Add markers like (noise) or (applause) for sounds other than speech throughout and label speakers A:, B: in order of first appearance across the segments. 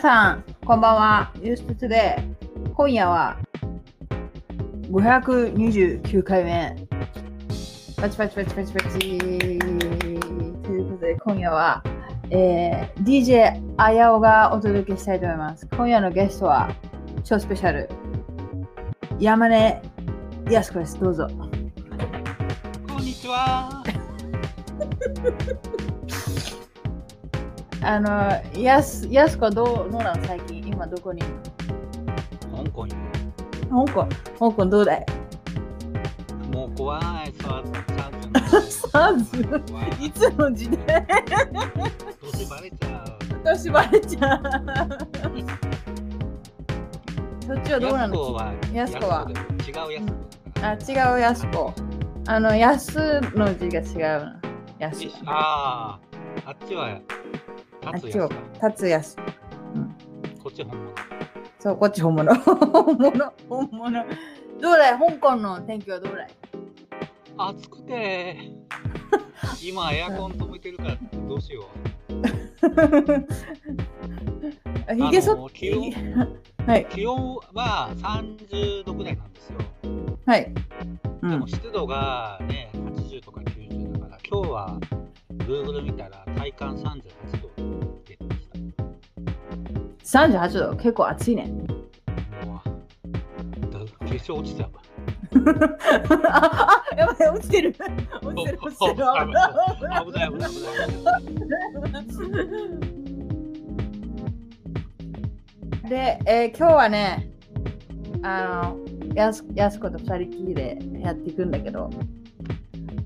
A: さん、こんばんは。ユースツで、今夜は529回目。パチパチパチパチパチ。ということで、今夜は、えー、DJ あやおがお届けしたいと思います。今夜のゲストは、超スペシャル、山根やす子です。どうぞ。
B: こんにちは。
A: あの、やす、やす子どう、どうなの最近今どこにいる
B: 香港に
A: の香港、香港どうだい
B: もう怖い、サーズ、サーズ
A: サーズ
B: の怖い。
A: (laughs) いつの時代
B: どうせバレちゃ
A: (laughs)
B: う。
A: と縛れちゃう。そっちはどうな
B: やすこ
A: の
B: は、
A: やすこは
B: やすこだ違うや
A: あ、
B: すこ。
A: 違う、やすこ。あの、やすの字が違うな。やす。
B: ああ、あっちは、
A: あっ
B: 立つ
A: ち
B: や
A: を
B: すこ。、
A: 立つやす。
B: こっち本物。
A: そう、こっち本物。 (laughs) 本物、本物。どうだい香港の天気はどうだい (laughs)
B: 暑くて、今エアコン止めてるからどうしよう。
A: あひげ
B: あ
A: そ
B: の
A: っ
B: 気温
A: (laughs) はい、
B: 気温は30度ぐらいなんですよ。
A: はい。う
B: で
A: ん
B: も、湿度がね、80とか90だから、今日は Google 見たら体感38度出てきた。
A: 38度、結構暑いね。 (laughs)
B: もうだ化粧落ちちゃうわ。
A: あ、あ、やばい、落ちてる。落ちてる、落ちてる。
B: 危ない危ない危ない。
A: で、えー今日はね、あの、やすやす子と二人きりでやっていくんだけど、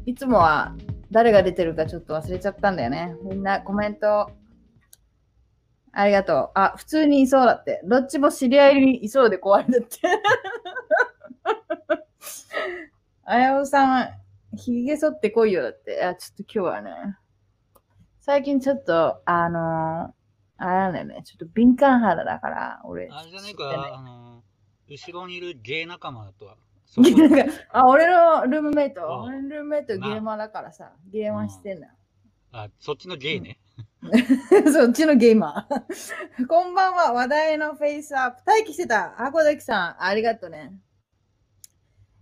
A: いつもは誰が出てるかちょっと忘れちゃったんだよね。みんなコメント、ありがとう。あ、普通にいそうだって。どっちも知り合いにいそうで怖いんだって。 (laughs) あやおさん、ひげ剃ってこいよだって。あ、ちょっと今日はね。最近ちょっと、あのーあれなんだよね。ちょっと敏感肌だから、俺。
B: あれじゃない
A: 知って
B: か、あの、後ろにいるゲイ仲
A: (laughs)
B: 間とは。そこ
A: ないあ、俺のルームメイト、
B: あ
A: 俺のルームメイトゲーマーだからさ、ゲーマーしてんだよ。 (laughs)
B: あそっちのゲイね。
A: そっちのゲーマー。 (laughs) こんばんは、話題のフェイスアップ。待機してた。あこだきさん、ありがとうね。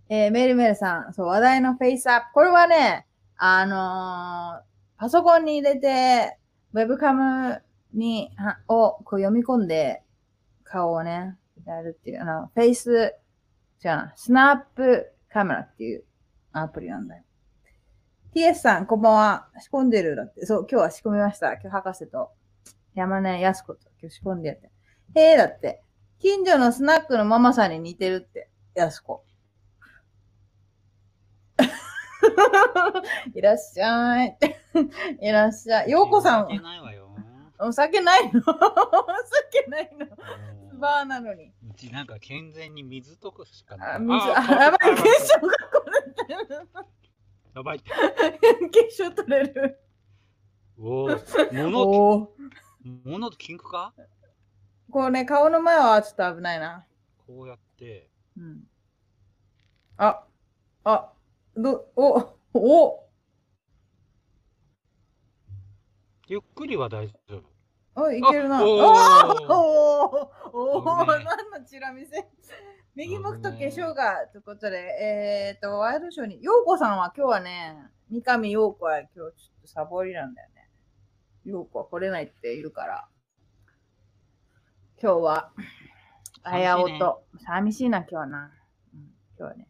A: えーメルメルさん、そう、話題のフェイスアップ。これはね、あのーパソコンに入れて、ウェブカムに、はをこう読み込んで、顔をね、やるっていう、あの、フェイス、違うな、スナップカメラっていうアプリなんだよ。TS さん、こんばんは。仕込んでるだって。そう、今日は仕込みました。今日博士と山根やす子と今日仕込んでやって。へえ、だって。近所のスナックのママさんに似てるって、やす子。 (laughs) いらっしゃい。いらっしゃい。ようこさん
B: いけ、ないわよ。
A: お酒ないの (laughs) お酒ないの
B: うん
A: バーなの (laughs) に。
B: うちなんか健全に水とかしかない。
A: あ、水、
B: あ
A: あ、やばい、
B: あ
A: 化
B: や
A: 粧がこれてる。
B: ばい。
A: 化粧取れる。
B: おー物
A: おお。
B: 物とキンクか
A: こうね、顔の前はちょっと危ないな。
B: こうやって。
A: うん。あ、あ、ど、お、お、
B: ゆっくりは大丈夫。
A: お、いけるな。
B: あ
A: お
B: おー
A: ーおーおお
B: ごめん
A: 何のチラ見せ。 (laughs) 右向くと化粧がということで、えっ、ー、と、ワイドショーに、ようこさんは今日はね、三上ようこは今日ちょっとサボりなんだよね。ようこは来れないって言うから、今日は、あやおと、寂しいな、今日はな。うん、今日はね、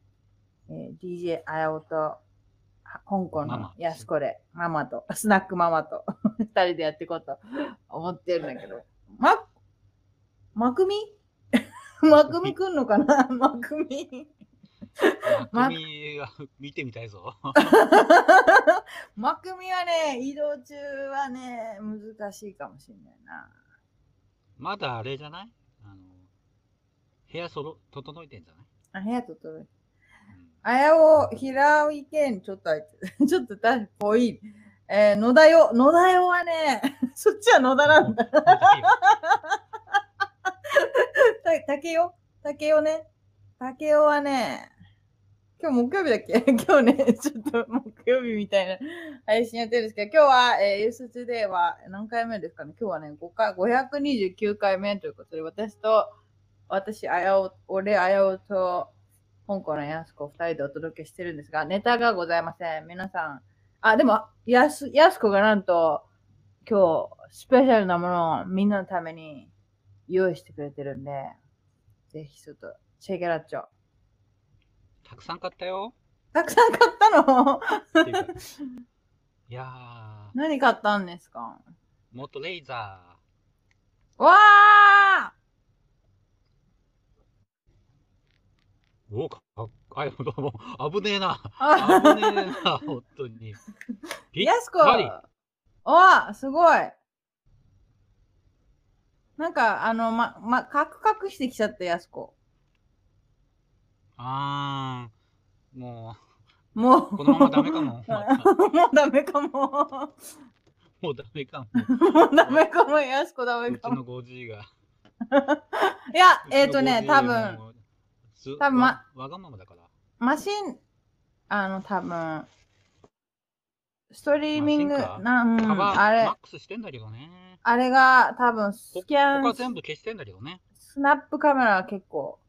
A: えー、DJ あやおと、は香港の
B: ママ
A: やすこで、ママと、 (laughs) スナックママと、二人でやっていこうと思ってるんだけど、ま、まくみ (laughs) まくみくんのかな (laughs) まくみ。ま
B: ま君は見てみたいぞ。
A: まくみはね、移動中はね、難しいかもしれないな。
B: まだあれじゃないあの部屋そろ整えてんじゃない、
A: あ、部屋ととる。
B: うん
A: あやお、平井健、ちょっとあいつ、 (laughs) ちょっとだ、ぽい。えー、野田よ、野田よはね、 (laughs) そっちは野田なんだ。た竹よ、竹よね。竹よはね、今日木曜日だっけ (laughs) 今日ね、ちょっと木曜日みたいな配信やってるんですけど、今日は、えー、ユーストデイは何回目ですかね今日はね、5回、529回目ということで、私と、私、あやお、俺、あやおと、香港のやすこ2人でお届けしてるんですが、ネタがございません。皆さん、あ、でも、やす、やすこがなんと、今日、スペシャルなものをみんなのために用意してくれてるんで、ぜひちょっと、チェケラッチョ。
B: たくさん買った
A: (laughs)
B: よ。
A: たくさん買ったの (laughs)
B: っていうかいやー、
A: 何買ったんですか
B: もっとレイザ
A: わあ
B: ー。おお、かっあいや、どうも、危ね
A: (laughs)
B: えな。危ねえ
A: あ
B: な、本当に。ぴっ
A: やすこ
B: たり
A: わあすごいなんか、あの、ま、ま、カクカクしてきちゃった、やすこ。
B: あー、も
A: もう。
B: う、このままダメかも。
A: (laughs)
B: また
A: もうダメ (laughs) かも。も
B: もうダメかも。
A: うダメかも。やすこダメ
B: うち
A: かも。
B: の 5G が。
A: いや、
B: うちの
A: えっ、とね
B: 5G、
A: 多分、
B: もう。ず
A: 多分ま
B: わわがままだから。
A: マシン、あの、多分、ストリーミング、
B: マシンか
A: なん、
B: カバー、
A: あれ
B: マッ、クスしてんだけどね。
A: あれが多分、ス
B: こ
A: キャ
B: 他
A: ン、
B: 全部消してんだけどね。
A: スナップカメラは結構、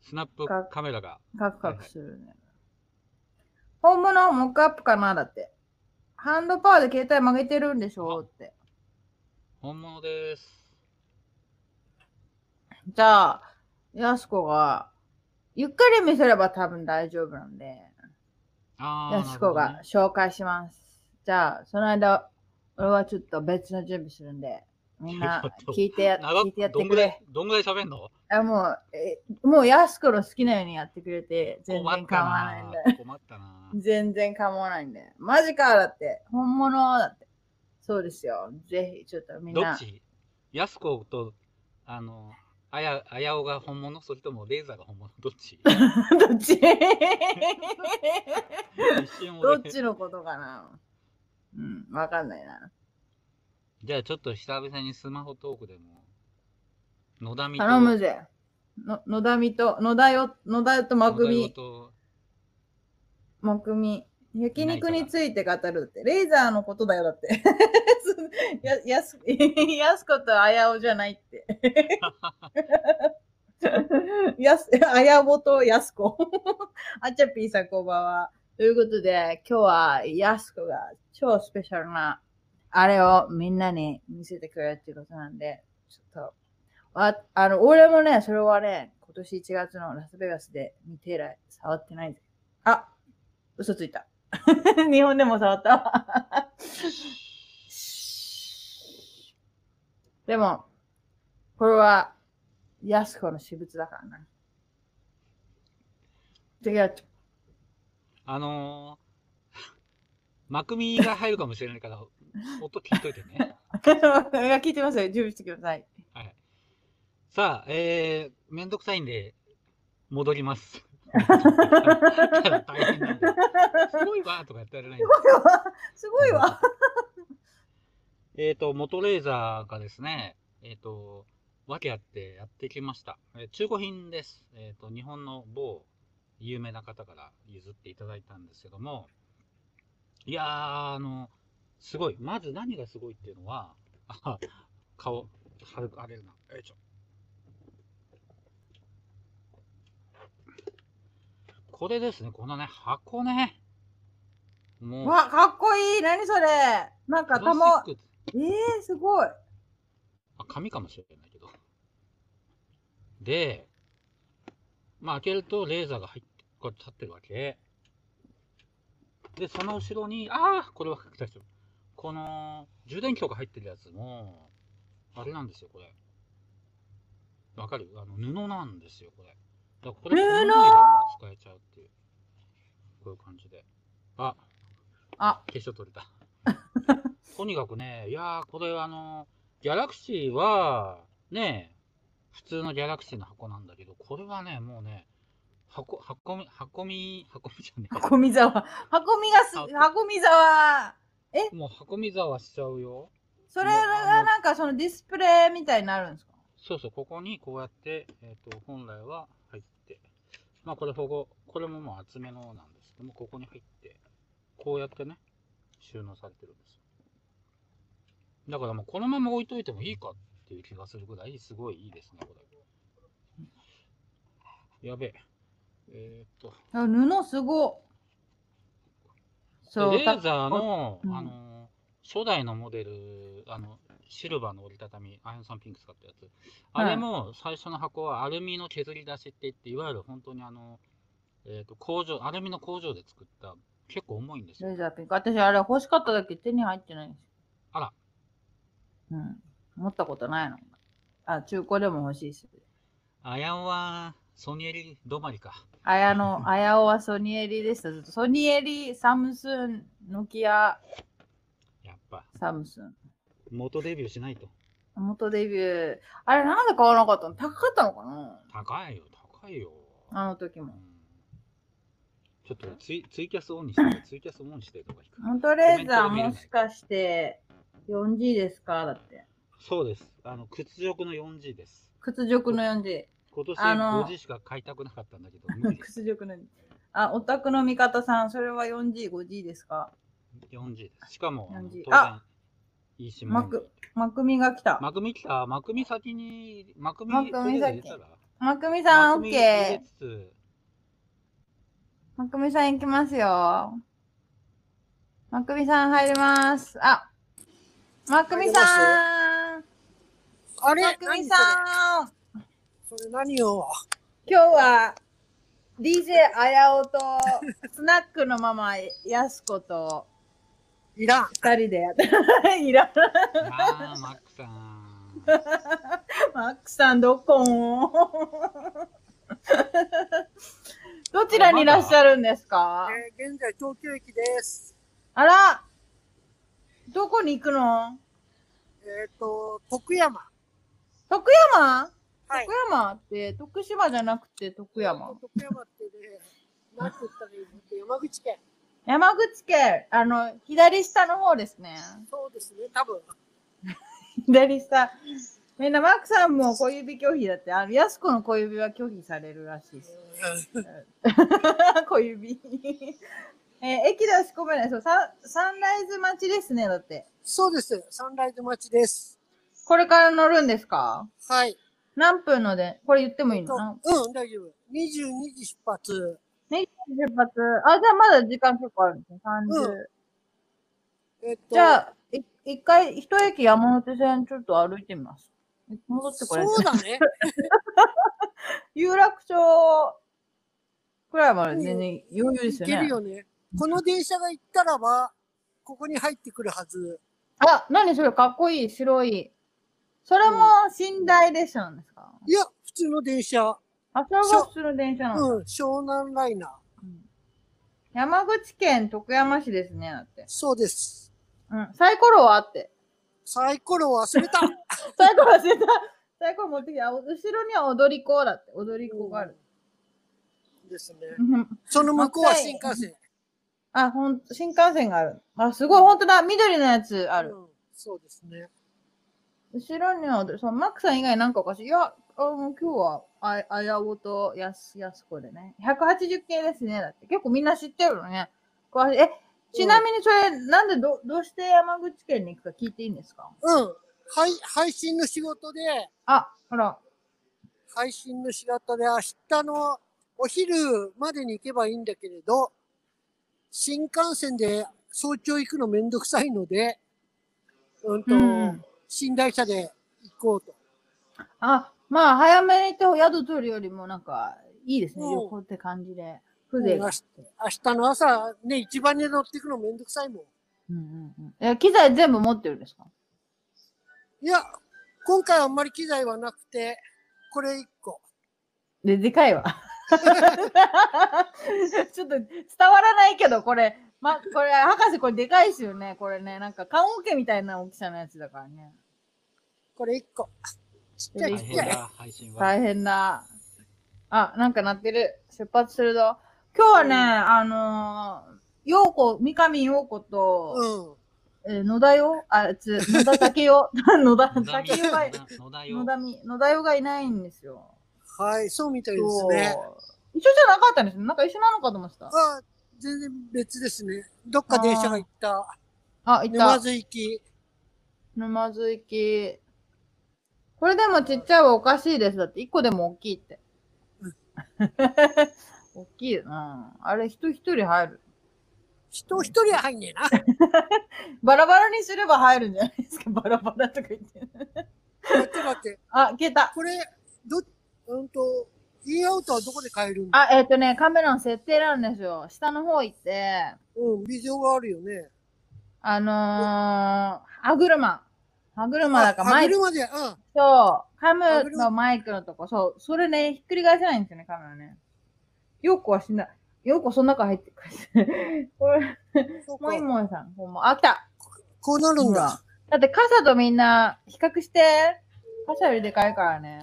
B: スナップ
A: か
B: カメラが。
A: カクカクするね。本物モックアップかなだって。ハンドパワーで携帯曲げてるんでしょって。
B: 本物です。
A: じゃあ、やすこが、ゆっくり見せれば多分大丈夫なんで、
B: あー。
A: やすこ
B: なるほど
A: が
B: ね
A: 紹介します。じゃあ、その間、俺はちょっと別の準備するんで、みんな
B: (laughs) ちょっと
A: 聞いてや
B: 長
A: 聞いてやっ
B: ど
A: て
B: んぐ
A: く
B: ら
A: れ
B: い。、どんぐらい喋んの
A: あもう、えもうやすこの好きなようにやってくれて、全
B: 困
A: 然
B: っ
A: 構
B: た
A: わないん
B: な
A: で。。
B: 困ったな。
A: 全然構わないんで。マジかだって。本物だって。そうですよ。ぜひ、ちょっ (laughs) とみん
B: ど
A: な。
B: っちやすこと、あの、あや、あやおが本物それともレーザーが本物ど
A: (laughs)
B: っち
A: (laughs) どっち
B: 一瞬
A: ど
B: (laughs) 俺
A: っちのことかなうん、わかんないな。
B: じゃあちょっと久々にスマホトークでも、野田みと、
A: 頼むぜ。の野田みと、野田よ、野田とまく
B: 野田よ
A: み、
B: と
A: まくみ。焼肉について語るって。レーザーのことだよ、だって。 (laughs) や、やす、 (laughs) やすことあやおじゃないって。やす、あやぼとやすこ。あちゃぴーさんこんばんは。ということで、今日はやすこが超スペシャルなあれをみんなに見せてくれるっていうことなんで、ちょっと、わあの、俺もね、それはね、今年1月のラスベガスで見て以来触ってないぜ。あ、嘘ついた。 (laughs) 日本でも触ったわ。 (laughs) でも、これは、やすこの私物だからな。でやっ (laughs) ち
B: あのー、まくみが入るかもしれないから、音聞いといてね。
A: ゃういや聞いてますよ。準備してくださ (laughs) い。
B: はい。さあ、えー、めんどくさいんで、戻ります。 (laughs) 大変なんで。すごいわーとかやってられないんです
A: ごいわ。
B: えっと、元レーザーがですね、えっ、と、訳あってやってきました。えー中古品です。えっ、と、日本の某有名な方から譲っていただいたんですけども、いやー、あの、すごい。まず何がすごいっていうのは、あ顔、軽く荒れるな。よいしょ。これですね、このね、箱ね。もう、
A: わ、かっこいい。何それ。なんか
B: プ
A: た
B: ラス
A: ま、
B: チック
A: えー、すごい。
B: あ、紙かもしれないけど。で、まあ開けるとレーザーが入って、こう立ってるわけ。で、その後ろに、ああ、これは大丈夫。この充電器が入ってるやつも、あれなんですよ、これ。わかるあの布なんですよ、これ。だからこれ、
A: 布
B: この上でも使えちゃうっていう。こういう感じで。あ、
A: あ、
B: 化粧取れた。とにかくね、いやー、これあの、ギャラクシーは、ね、普通のギャラクシーの箱なんだけど、これはね、もうね、箱、箱み、箱み、箱みじゃね
A: 箱見沢。箱見がす、
B: 箱
A: 箱見沢。
B: え。もう箱みざわしちゃうよ。
A: それがなんかそのディスプレイみたいになるんですか
B: そうそう、ここにこうやって、えっ、と、本来は入って、まあこれ保護、ここれももう厚めのなんですけども、ここに入って、こうやってね、収納されてるんですよ。だからもうこのまま置いといてもいいかっていう気がするぐらい、すごいいいですね、これ。やべえ。えーっと、
A: あ布すごそう
B: でレーザーの、
A: うん
B: あの初代のモデルあのシルバーの折りたたみアイアンサンピンク使ったやつあれも最初の箱はアルミの削り出しって言っていわゆる本当にあの、えー、と工場アルミの工場で作った結構重いんです
A: レ
B: よ
A: ーザーピンク私あれ欲しかっただけ手に入ってないんですよ
B: あら
A: うん持ったことないのあ中古でも欲しいし
B: アヤンはソニエリ止まりか
A: 綾
B: (laughs)
A: の綾尾はソニエリでしたずっとソニエリサムスンノキア
B: やっぱ
A: サムスン
B: 元デビューしないと
A: 元デビューあれなんで買わなかったの高かったのかな
B: 高いよ高いよ
A: あの時
B: うん
A: も
B: ちょっとツイツイキャスオンにしてツイキャスオンにしてとかいいか
A: モントレーザーもしかして 4G ですかだって
B: そうです。あの屈辱の 4G です。
A: 屈辱の 4G
B: 今年
A: あの
B: 5G しか買いたくなかったんだけど、無理です
A: 屈辱の 4G あオタクの味方さんそれは 4G5G ですか
B: 4G です。しかも、あの
A: 4G
B: 当
A: あ
B: 然、いいしも
A: マクマクミが来た
B: マクミ来た。マクミ先に、マクミ
A: マクミ
B: とりあえず入れたら
A: マクミさ
B: マ
A: ん
B: クミ入
A: OK
B: れつつ
A: マクミさん行きますよマクミさん入りますあマクミさん
C: あれ
A: マクミさん
C: 何それそれ何よ
A: 今日は DJ あやおとスナックのママやすこと
C: いらん。
A: 二人でやって (laughs) いらない
B: あー、マックさん。
A: マックさんどこ (laughs) んどちらにいらっしゃるんですか、
C: えー現在東京駅です。
A: あらどこに行くの
C: えっ、と、徳山。
A: 徳山
C: はい
A: 徳。山って徳島じゃなくて徳山
C: 徳山ってね、なんて言ったらいいのって山口県。
A: 山口県あの左下の方ですね
C: そうですね、多分。
A: 左下。みんな、マークさんも小指拒否だって、あの、やす子の小指は拒否されるらしいです。 (laughs) 小指。 (laughs) えー駅だし込めない。そう、ササンライズ待ちですね、だって。
C: そうです。サンライズ町です。
A: これから乗るんですか
C: はい。
A: 何分ので、これ言ってもいい
C: と
A: のな
C: うん、大丈夫。22時出発。
A: ね、出発。あ、じゃあまだ時間結構あるんですね。30。
C: うんえっ、と、
A: じゃあ、い一回、一駅山手線ちょっと歩いてみます。戻ってこれる
C: そうだね。
A: 有楽町くらいまで全然余裕 (laughs) です
C: 行
A: よね。
C: けるよね。この電車が行ったらば、ここに入ってくるはず。
A: あ、何それかっこいい、白い。それも寝台列車なんですか、
C: いや、普通の電車。
A: あ、それが普通の電車なんだ、
C: うん、湘南ライナー。
A: 山口県徳山市ですね、だって。
C: そうです。
A: うん。サイコロはあって。
C: サイコロ忘れた。
A: (laughs) サイコロ忘れた。サイコロ持ってきて、あ後ろには踊り子だって。踊り子がある。
C: ですね。
A: うん
C: その向こうは新幹線。
A: あ、ほん新幹線がある。あ、すごい、ほんとだ。緑のやつある
C: う。んそうですね。
A: 後ろには踊り、そう、マックさん以外なんかおかしい。いや、あもう今日は、あ、あやおとやす、やすこでね。180系ですね。だって結構みんな知ってるのね。詳しいえ、ちなみにそれ、なんでど、どうして山口県に行くか聞いていいんですか
C: うん。はい、配信の仕事で、
A: あ、ほら。
C: 配信の仕事で明日のお昼までに行けばいいんだけれど、新幹線で早朝行くのめんどくさいので、うんと、
A: うん
C: 寝台車で行こうと。
A: あ、まあ、早めに行って宿取るよりもなんか、いいですね。
C: うん
A: 旅行って感じで。風情が。
C: 明日の朝、ね、一番に乗っていくのめんどくさいもん。
A: うんうんうん。え、機材全部持ってるんですか
C: いや、今回あんまり機材はなくて、これ一個。
A: で、で
C: (laughs)
A: かいわ。ちょっと伝わらないけど、これ、ま、これ、博士、これでかいですよね。これね、なんか、棺桶みたいな大きさのやつだからね。
C: これ一個。ちっちゃい
B: 大
C: ちっ
B: 変
C: ちゃい。
B: だ、配信は。
A: 大変だ。あ、なんか鳴ってる。出発するぞ。今日はね、あのー、ようこ、三上ようこ
C: う
A: と、
C: ん。
A: えー野田よ、あ、
C: (laughs)
A: つ、野田竹よ、 (laughs) 野田
B: 野田
A: 竹よが、
B: 野田よ
A: 野田み、野田よがいないんですよ。
C: はい、そうみたいですね。
A: そう一緒じゃなかったんですね。なんか一緒なのかと思ってた。
C: あ全然別ですね。どっか電車が行った。
A: あ、い
C: 沼
A: た。
C: 津行き。
A: 沼津行き。これでもちっちゃいはおかしいです。だって一個でも大きいって
C: う。
A: (laughs) 大きいよな。あれ人一人入る。
C: 人一人は入んねえな。
A: バラバラにすれば入るんじゃないですか。バラバラとか言って。
C: だってだって、
A: あ、消えた。
C: これ、ど、うんと、インアウトはどこで買えるんだ
A: あ、えっ、とね、カメラの設定なんですよ。下の方行って、
C: うん、ビジョンがあるよね。
A: あのー、歯車。歯車だから
C: あ
A: マ
C: 上
A: イ
C: げ
A: ク
C: るまで、うん。
A: と、カ
C: 歯
A: ム
C: 車
A: のマイクのとこ、そう、それね、ひっくり返せないんですよね、カメラね。ようこは死んだ。ようこその中入ってくる。 (laughs) これ、
C: そう
A: もい
C: か。
A: もいさん、ほんま、あ、来た。
C: こうなるん
A: ほ
C: だ
A: ら。だって傘とみんな比較して、傘よりでかいから
B: (laughs)
A: ね。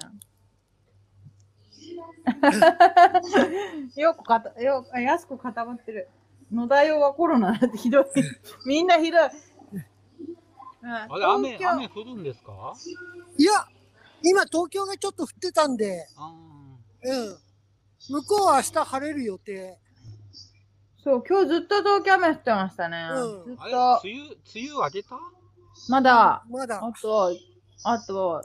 A: よくかた、よく、安く固まってる。野田用はコロナだってひ
B: (laughs)
A: どい。みんなひどい。あ
B: あれ、雨、
A: 東京
B: 雨降るんですか
C: いや、今東京がちょっと降ってたんで、
B: あ
C: うん。向こうは明日晴れる予定。
A: そう、今日ずっと東京雨降ってましたね。
C: うん
A: ずっ
B: ーあれ、
A: と。
B: 梅雨、梅雨明けた
A: まだ、
C: まだ。
A: あと、あと、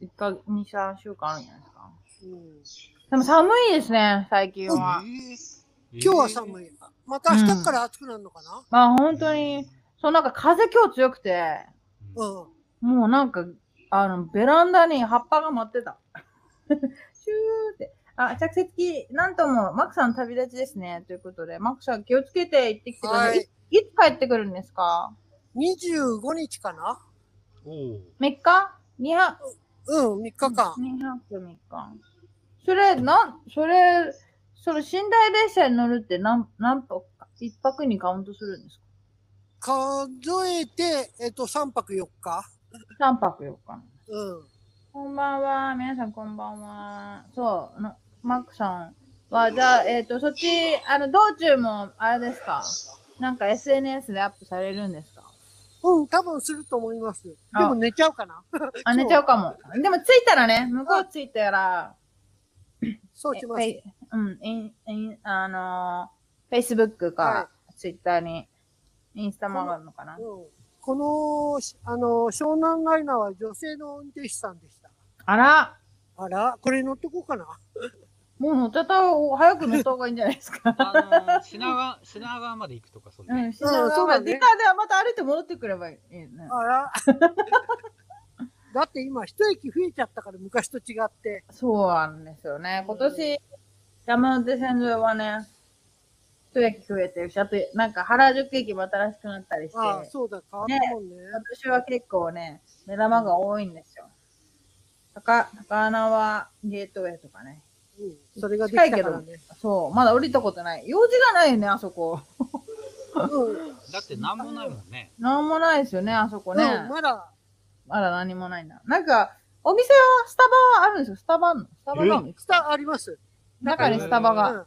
A: 1か、2、3週間あるんじゃないですか。
C: うん
A: でも寒いですね、最近は。
C: 今日は
B: い。
C: 寒い。また明日から暑くなるのかな
A: まあ本当に、そうなんか風今日強くて、
B: うん
C: うん。
A: もうなんか、あの、ベランダに葉っぱが舞ってた。 (laughs) シューって。あ、着席、なんとも、マックさん旅立ちですね。ということで、マックさん気をつけて行ってきてくださ。
C: はいい
A: い。いつ帰ってくるんですか
C: 25日かな
B: おお。。
A: ?3 日 ?2 泊
C: うん、3日間。
A: 2泊3日。それ、なん、それ、その寝台列車に乗るって何、何泊か、一泊にカウントするんですか
C: 数えて、えっと、3泊4日。
A: 三泊4日。
C: うん。
A: こんばんは。皆さんこんばんは。そう、なマックさんは、じゃあ、えっ、と、そっち、あの、道中も、あれですかなんか SNS でアップされるんですか
C: うん、多分すると思います。で
A: あ
C: も寝ちゃうかな
A: あ、寝ちゃうかも。でも着いたらね、向こう着いたら、
C: そうします。
A: えうん、イン、イン、あのー、Facebook
C: は
A: か、Twitter に、インスタも上がるのかな
C: うん、この、しあの、湘南ライナーは女性の運転手さんでした。
A: あら、
C: あら、これ乗ってこうかな。
A: もう乗っちゃった方が、早く乗った方がいいんじゃないですか
B: あの、品川、品川まで行くとか、そうれ。
A: ん、品川
C: そう
A: ま
C: だ
A: で、
C: ね
A: でかではまた歩いて戻ってくればいいね。
C: あ
A: (laughs)
C: ら。だって今、一駅増えちゃったから、昔と違って。
A: そうなんですよね。今年、山手線上はね、一駅増えてるし、あと、なんか原宿駅も新しくなったりして、
C: ああ、そうだ、変わったもんね。
A: 私は結構ね、目玉が多いんですよ。高、高穴はゲートウェイとかね。
C: うん、それができたからね。
A: そう、まだ降りたことない。用事がないよね、あそこ。
C: うん、
B: だってなんもないもんね。
A: なんもないですよね、あそこね。
C: うん、まだ、
A: まだ何もないな。なんか、お店は、スタバはあるんですよ。スタバの。スタバなの
C: 下あります。
A: 中にスタバ
C: う
A: が。
C: ん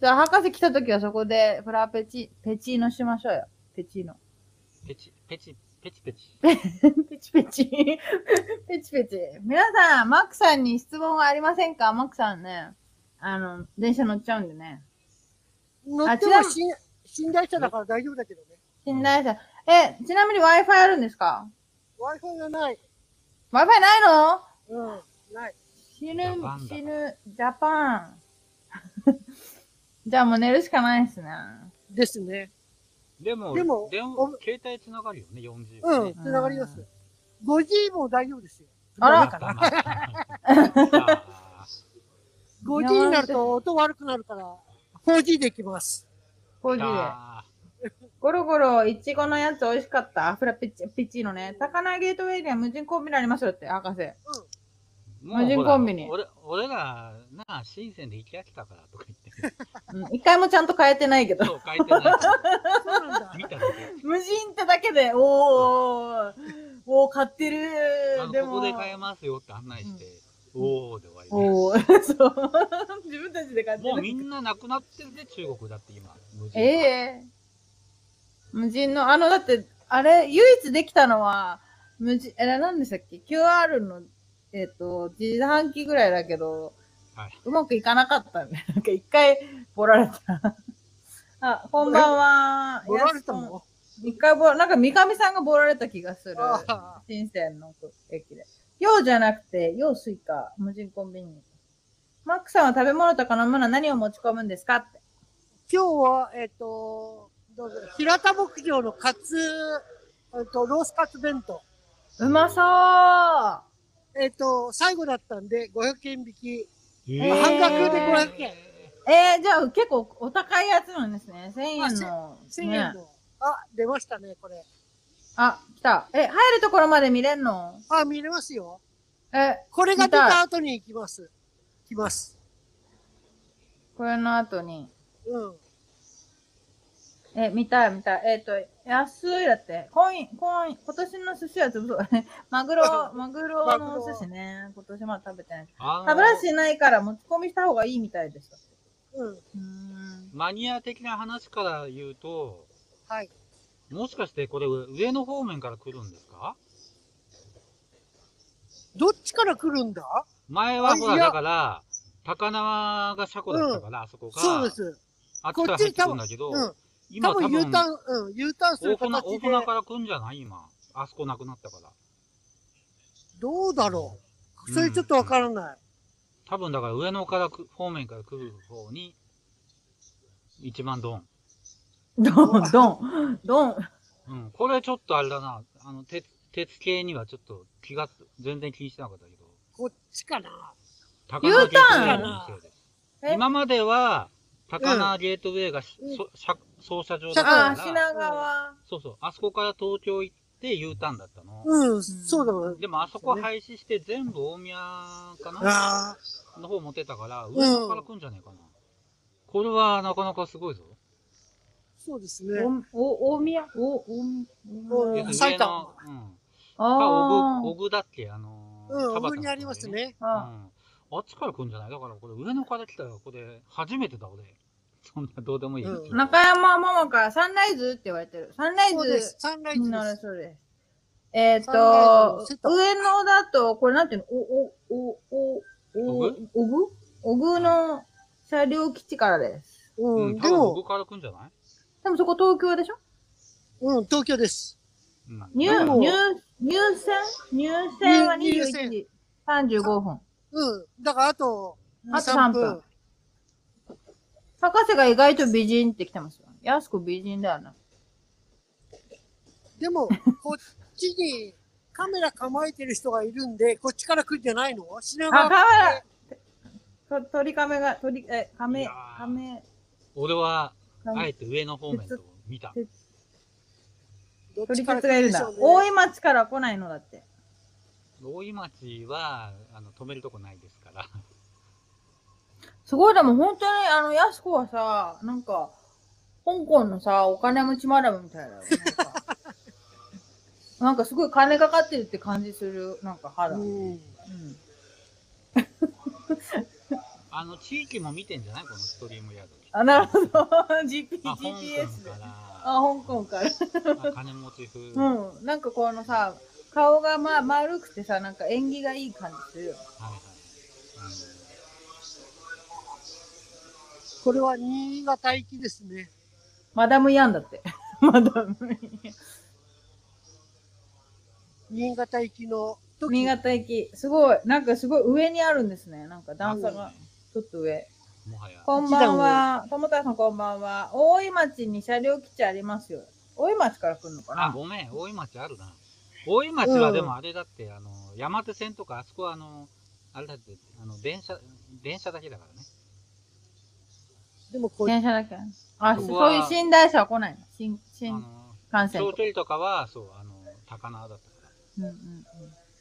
A: じゃあ、博士来た時はそこで、フラペチ、ペチーノしましょうよ。ペチーノ。 (laughs)
B: ペチ、ペチ、ペチペチ。
A: ペチペチ。 (laughs) ペチペチ。皆さん、マックさんに質問はありませんかマックさんね。あの、電車乗っちゃうんでね。
C: 乗って
A: あ違
C: も
A: う
C: しん寝台車だから大丈夫だけどね。
A: 信頼者。え、ちなみに Wi-Fi あるんですか
C: Wi-Fi がない。
A: ?Wi-Fi ないの
C: うん、ない。
A: 死
B: ジャパン
A: ぬ、
B: だ
A: 死ぬ、ジャパン。 (laughs) じゃあもう寝るしかないですね。
C: ですね。
B: でも、
C: でも
B: 電話
C: お
B: 携帯つながるよね、40。
C: うん、
B: ね
C: つながります。5G も大丈夫ですよ。
A: あら
C: ダメ
B: だ
C: か
B: か
C: な。
B: ら
C: 5G になると音悪くなるから、4G できます。
A: 5時で。
B: あ
A: ゴロゴロ、いちごのやつ美味しかった。フラペチ、ピチーノね。高輪ゲートウェイには無人コンビニありますよって、博士。
B: ーもう
A: 無人
B: ほら
A: コンビニ
B: 俺俺ら、なあ、深センで行き飽きたからとか言って。
A: うん、一回もちゃんと変えてないけど。
B: そう、書いて (laughs) ない。
C: そうなんだ。
B: 見ただけ。
A: (laughs) 無人ってだけで、おー、おー、買ってる
B: あの
A: で
B: こ
A: も、
B: こで買えますよって案内して、おおーで終わりね、
A: おー、 (laughs) そう。自分たちで買って
B: もうみ
A: る。
B: んななくなってるで、中国だって今。無人
A: ええ無人の、あの、だって、あれ、唯一できたのは、無人、え、なんでしたっけ ?QR の、えっ、と、自販機ぐらいだけど、
B: はいう
A: まくいかなかったんで、なんか一回、ボラれた。あ、こんばんは。
C: ボられた
A: やすこん
C: の
A: 一回ボラ、なんか三上さんがボラれた気がする。
C: あ
A: 新鮮の駅で。ようじゃなくて、ようスイカ、無人コンビニ。マックさんは食べ物とか飲むのは何を持ち込むんですかって。
C: 今日は、えっ、と、どうぞ、平田牧場のカツ、えっと、ロースカツ弁当。
A: うまそう
C: えっ、と、最後だったんで、500円引き。
B: え
A: えー
C: 半額で500円。
A: えー、じゃあ結構お高いやつなんですね。1000円の。
C: 1000円
A: ね
C: の。あ、出ましたね、これ。
A: あ、来た。え、入るところまで見れんの
C: あ、見れますよ。
A: え、
C: これが出
A: 見た
C: た後に行きます。来ます。
A: これの後に。
C: うん。
A: え、見たい見たい。えっ、と、安いだって。今、今、今年の寿司は潰そう。 (laughs) マグ (laughs) ロ、マグロのお寿司ね。今年まだ食べてない。
B: あの
A: 歯ブラシないから持ち込みした方がいいみたいです。
C: うん。
A: うーん。
B: マニア的な話から言うと、
C: はい。
B: もしかしてこれ上の方面から来るんですか
C: どっちから来るんだ
B: 前はほ
C: あ
B: ら、
C: いや
B: だから、高輪が車庫だったから、あそこが。
C: そうです。
B: あっち
C: こ
B: から
C: っ
B: 入っ
C: ち
B: てくる
C: 多
B: ん
C: 分、
B: だけど、
C: うん。
B: 今多
C: 多
B: 分
C: 分 U ターン、うん、U ターンする
B: 大船、
C: 形
B: 大
C: で、
B: 船から来んじゃない今。あそこなくなったから。
C: どうだろう。
B: うん
C: それちょっとわからない。
B: 多分だから上のからく方面から来る方に、一番ドン。
A: ドン、ドン、ドン。
B: うん。これちょっとあれだな。あの、鉄、鉄系にはちょっと気が、全然気にしてなかったけど。
C: こっちかな。
B: 高輪ゲートウ
A: U タ
B: ェ
A: ー
B: イ
A: ン
B: の店です。
A: え
B: 今までは、高輪ゲートウェイがし、
C: うん
B: そ車操車場だった
C: 車庫
A: あ
B: か
A: あ、
B: ら、
A: 品川。
B: そうそう。あそこから東京行って U ターンだったの。
C: うん、そうだろう。
B: でもあそこ廃止して全部大宮かな
C: ああ、
B: の方持ってたから、
C: ん
B: 上野から来んじゃねえかな。これはなかなかすごいぞ。
C: そうですね。
A: お、お、大宮お、大
C: うん
A: 宮。
B: 要するに
C: 埼
B: 上野う
C: 玉
B: ん。か、
A: あ
B: 小
A: あ。
B: 倉だっけあのー、
C: う
B: 田
C: ん、上
B: 端の方
C: にあります。ね。
B: うん。
A: あ
B: あっちから来んじゃないだからこれ上野から来たら、これ初めてだ俺。そんなどうでもいい。
C: うん
A: 中山ママからサンライズって言われてる。サンライ
C: そうです
A: ズ。。
C: サンライズ
A: にな
C: で
A: る
C: す。
A: そうです。えっ、
C: サンライズ
A: と
C: のセッ、ト
A: 上野だと、これなんていうのお、お、お、お、お、おぐおぐの車両基地からです。
C: う、
B: うんん。
C: で
B: 多分小
C: も、
B: 倉から来んじゃない
A: でもそこ東京でしょ
C: うん、東京です。
B: うん。
A: 入
B: だから
C: も
A: 入入船入船は
C: 入
A: 21時35分。
C: うん、だからあと、
A: あと
C: 2
A: 3分。博士が意外と美人って来てますよ。やすこ美人だよな。
C: でも、こっちにカメラ構えてる人がいるんで、こっちから来るんじゃないの品
A: あ、カ
C: 川
A: メラ、と鳥亀が、鳥、え、
B: い
A: 亀
B: や、ー
A: 亀、
B: 俺は、あ
A: 亀
B: えて上野方面と見た。
C: どっ
A: 鳥
C: ちから
A: 勝
C: 来
A: がいる
C: るん
A: ん
C: でし
A: だ
C: ょう。ね。
A: 大井町から来ないのだって。
B: 大井町は、あの、止めるとこないですから。
A: すごい、でも本当に、あの、やすこはさ、なんか、香港のさ、お金持ちマダムみたいだよ。なん
C: (laughs)
A: かなんかすごい金かかってるって感じする、なんか肌。うん。
C: うん、
B: あの、地域も見てんじゃないこのストリームヤード。
A: あ、なるほど。GP、 (laughs)
B: あ、香
A: GPS
B: 港
A: で
B: か。ら。
A: あ、香港から。
B: あ金持ち風。
A: う
B: はい
A: ん。なんかこのさ、顔がま丸くてさ、なんか縁起がいい感じするよ。
B: はい。
C: これは新潟行きですね。
A: マダムヤンだって。 (laughs) マダムヤン。
C: 新潟行きの時
A: 新潟駅。すごい。なんかすごい上にあるんですね。なんか段差がちょっと上。
B: うんもはや。
A: こんばんは。友田さんこんばんは。大井町に車両基地ありますよ。大井町から来るのか
B: あ、
A: な
B: ごめん、大井町あるな。大井町は
C: うん
B: でもあれだって、あの、山手線とか、あそこはあの、あれだって、あの、電車、電車だけだからね。
C: でもこう
A: 電車だけ。あ、
B: ここ
A: そう
B: は
A: いう寝台車は来ないの。新、
B: あ
A: 新
B: の、
A: 幹線
B: 長
A: とか。
B: 距離とかは、そう、あの、高輪だったから。
A: うんうんうん。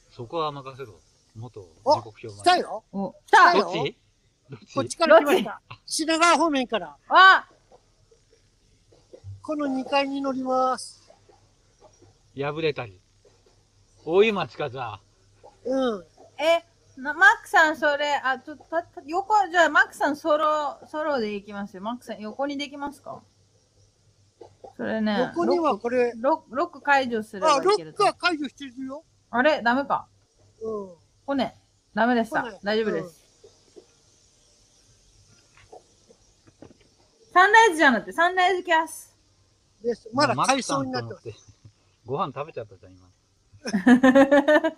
B: そこは任せろ。元時
C: お
B: 刻表
C: 来
B: ま
C: た
B: で。
C: よ
A: お、来た
C: 来たよ
B: どっち
C: こ
B: ど
C: っ
B: っ
C: ち
B: ち
C: から来ました。品川方面から。
A: あ
C: この2階に乗ります。
B: 破れたり。大井町かじゃあ。
C: うん。
A: え、なマックさん、それ、あ、ちょっと、たた横、じゃあ、マックさん、ソロ、ソロで行きますよ。マックさん、横にできますかそれね、
C: 横にはこれ、
A: ロックロック解除すれば
C: あ、
A: い
C: ロ
A: ける
C: ッ
A: と
C: ク。は解除してるよ。
A: あれダメか。
C: うん。
A: 骨。ダメでした
C: 来ない。
A: 大丈夫です。サンライズじゃなくて、サンライズキャス。
C: です。まだ
B: もう
C: 改装になって
B: マッ
C: ま
B: クさんと思って。 (laughs) ご飯食べちゃったじゃん、今。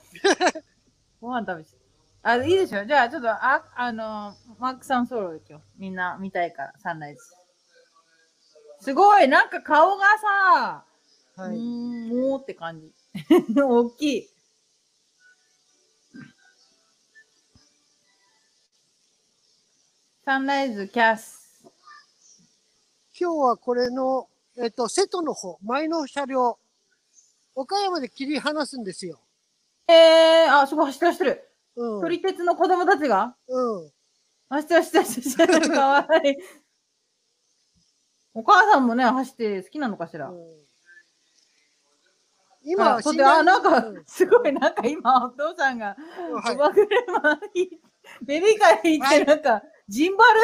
A: ご飯食べて。あ、いいでしょじゃあ、ちょっと、あ、あのーマックさんソロ行くよ。みんな見たいから、サンライズ。すごいなんか顔がさ、
C: す。は
A: うー
C: い。
A: ん、もうって感じ。 (laughs) 大きい。サンライズキャス。
C: 今日はこれの、えっと、瀬戸の方、前の車両、岡山で切り離すんですよ。
A: えー、あ、すごい走ってる走ってる。
C: うん。
A: 撮り鉄の子供たちが
C: うん。
A: 走ってる走ってる走ってる走ってる。かわいい。お母さんもね、走って好きなのかしら。
C: うん
A: あ、
C: 今、
A: そうで、あ、なん
C: う
A: か、すごい、なんか今、お父さんが、
C: は
A: 馬
C: い
A: 車引いて、 (laughs) ベビーカー引い
C: は
A: て、
C: い
A: なんか、ジンバル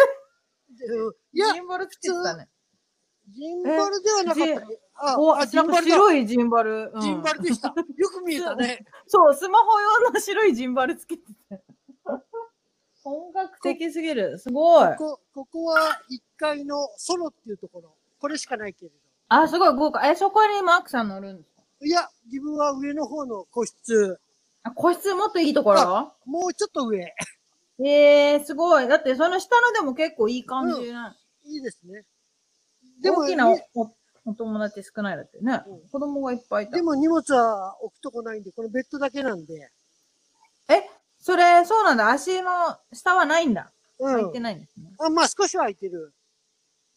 C: うんいや、
A: ジンバルつけてたね。
C: ジンバルではなかったね。
A: お、
C: あ、あジ
A: な
C: ン
A: んか
C: バルだ。
A: 白いジンバル。うん
C: ジンバル
A: (laughs)
C: でした。よく見えたね。
A: そう、スマホ用の白いジンバルつけてた。 (laughs) 本格的すぎる。すごい。
C: ここ、ここは1階のソロっていうところ。これしかないけれど。
A: あ、すごい豪華。え、そこにマークさん乗るんですか
C: いや、自分は上の方の個室。
A: あ、個室もっといいところ
C: もうちょっと上。
A: えー、すごい。だってその下のでも結構いい感じな。
C: いいですね。でも、
A: 大きなお
C: に
A: おお友達少ないだってね
C: うん。
A: 子供がいっぱいいた
C: で。も荷物は置くとこないんで、このベッドだけなんで。
A: え、それ、そうなんだ。足の下はないんだ。
C: う
A: 空いて
C: ん。
A: ないんですね。
C: あ、まあ少しは空いてる。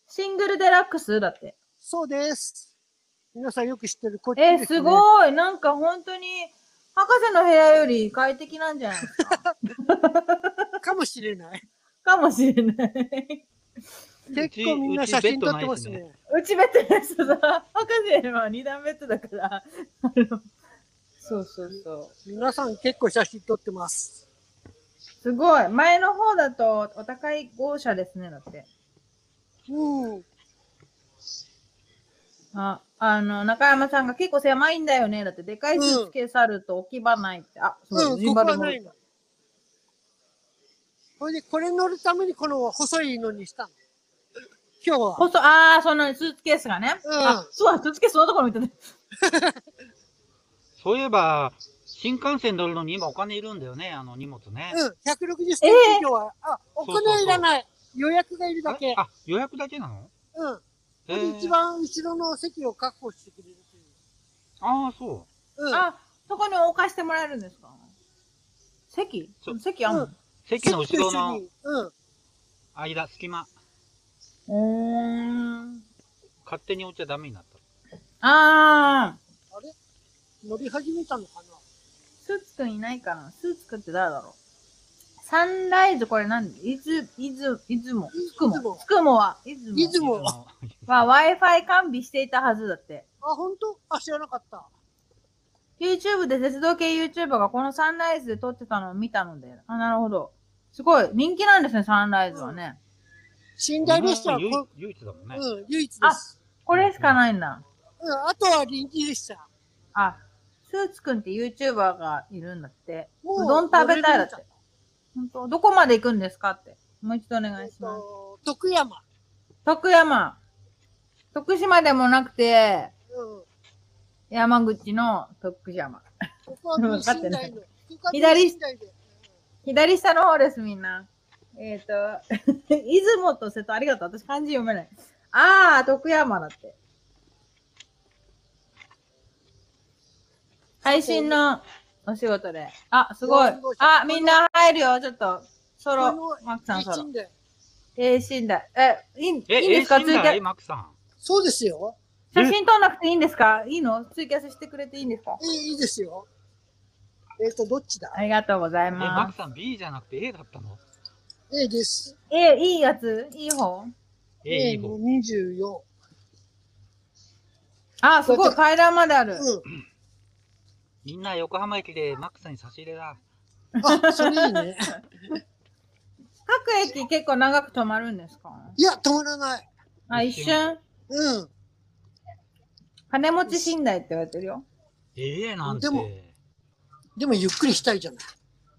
A: シングルデラックスだって。
C: そうです。皆さんよく知ってる、こっち
A: え
C: で
A: ー、
C: す、ね。
A: すごい。なんか本当に、博士の部屋より快適なん
C: (laughs)
A: じゃないですか
C: かもしれない。
A: かもしれない。
C: 結構みんな写真撮ってますね。
B: う
A: うちベッドですさ、博士は二段ベッドだから。あのそうそうそう。
C: 皆さん結構写真撮ってます。
A: すごい。前の方だとお高い豪車ですね、だって。
C: うん。
A: あ、あの、中山さんが結構狭いんだよね。だって、でかいスーツケースあると置き場ないって。あ、そうう、
C: ん、
A: ジン
C: ここ
A: バル
C: は
A: も
C: ないの。これで、これ乗るためにこの細いのにしたの。今日は。
A: 細、ああ、そのスーツケースがね。
C: うん
A: あ、そうだ、スーツケースそのところ見てた。
B: そういえば、新幹線乗るのに今お金いるんだよね、あの荷物ね。
C: うん、160センチ今日は。あ、お金はいらない。予約がいるだけ。
B: あ、予約だけなの
C: うん。
B: え
C: これで一番後ろの席を確保してくれるという。
B: ああ、そ
C: うん。
A: あ、そこに置かしてもらえるんですか席
B: そう
A: 席あんの、
B: う。席の後ろ
C: 席と一緒
B: の
C: にうん。
B: 間、隙間、
A: うーん。
B: 勝手に置いちゃダメになった。
A: あー、
C: あれ乗り始めたのかな
A: スーツくんいないかなスーツくんって誰だろうサンライズこれなんでいず、いず、いずも。つく
C: 出
A: も。
C: 雲
A: つくもは、いずも。
C: 出雲
B: は
A: は Wi-Fi 完備していたはずだって。
C: あ、本当あ、知らなかった。
A: YouTube で鉄道系 YouTuber がこのサンライズで撮ってたのを見たので。あ、なるほど。すごい。人気なんですね、サンライズはね。
C: 寝台列車は
B: 唯
C: こ、
B: 唯一だもんね。
C: うん、唯一です。
A: これしかないんだ。
C: うん、あとは臨時列車。
A: あ、スーツくんって YouTuber がいるんだって。
C: も
A: う
C: う
A: どん食べたいだっ
C: 乗れるんじゃな
A: て。本当どこまで行くんですかって。もう一度お願
C: え
A: い
C: っ
A: します。
C: と、徳山。
A: 徳山。徳島でもなくて、
C: うん。
A: 山口の徳島。
C: ここはもう寝台の。ここはもう
A: 左
C: 寝台で。
A: 左下の方です、みんな。えっ、と、 (laughs) 出雲と瀬戸、ありがとう。私漢字読めない。あー、徳山だって。配信のお仕事で。あ、すごい。あ、みんな入るよ、ちょっと。ソ
C: こ
A: ロ
C: の、
A: マックさんソロ。
C: 一台
A: えー、診断。え、いい、いいん
B: え、
A: ですか
B: え
A: ツイ
B: 死ん
A: キ
B: だえ、
A: ャ
B: マックさん。
C: そうですよ。
A: 写真撮んなくていいんですかいいのツイキャスしてくれていいんですか
C: えいいですよ。えっ、と、どっちだ
A: ありがとうござい
B: え、マッ
A: ま
B: クさん B じゃなくて A だったの
C: ?A です。
A: す。え、いいやついい方
B: ?A いい
C: の
B: 方。
C: 24。
A: あ、すごい階段まである。
C: う
B: みんな横浜駅でマックさんに差し入れだ。
C: ん。あ、それいいね。 (laughs)
A: 各駅結構長く止まるんですか
C: いや、止まらない。
A: あ、一瞬。
C: うん。
A: 金持ち寝台って言われてるよ。
B: ええなんて。
C: でもでもゆっくりしたいじゃない。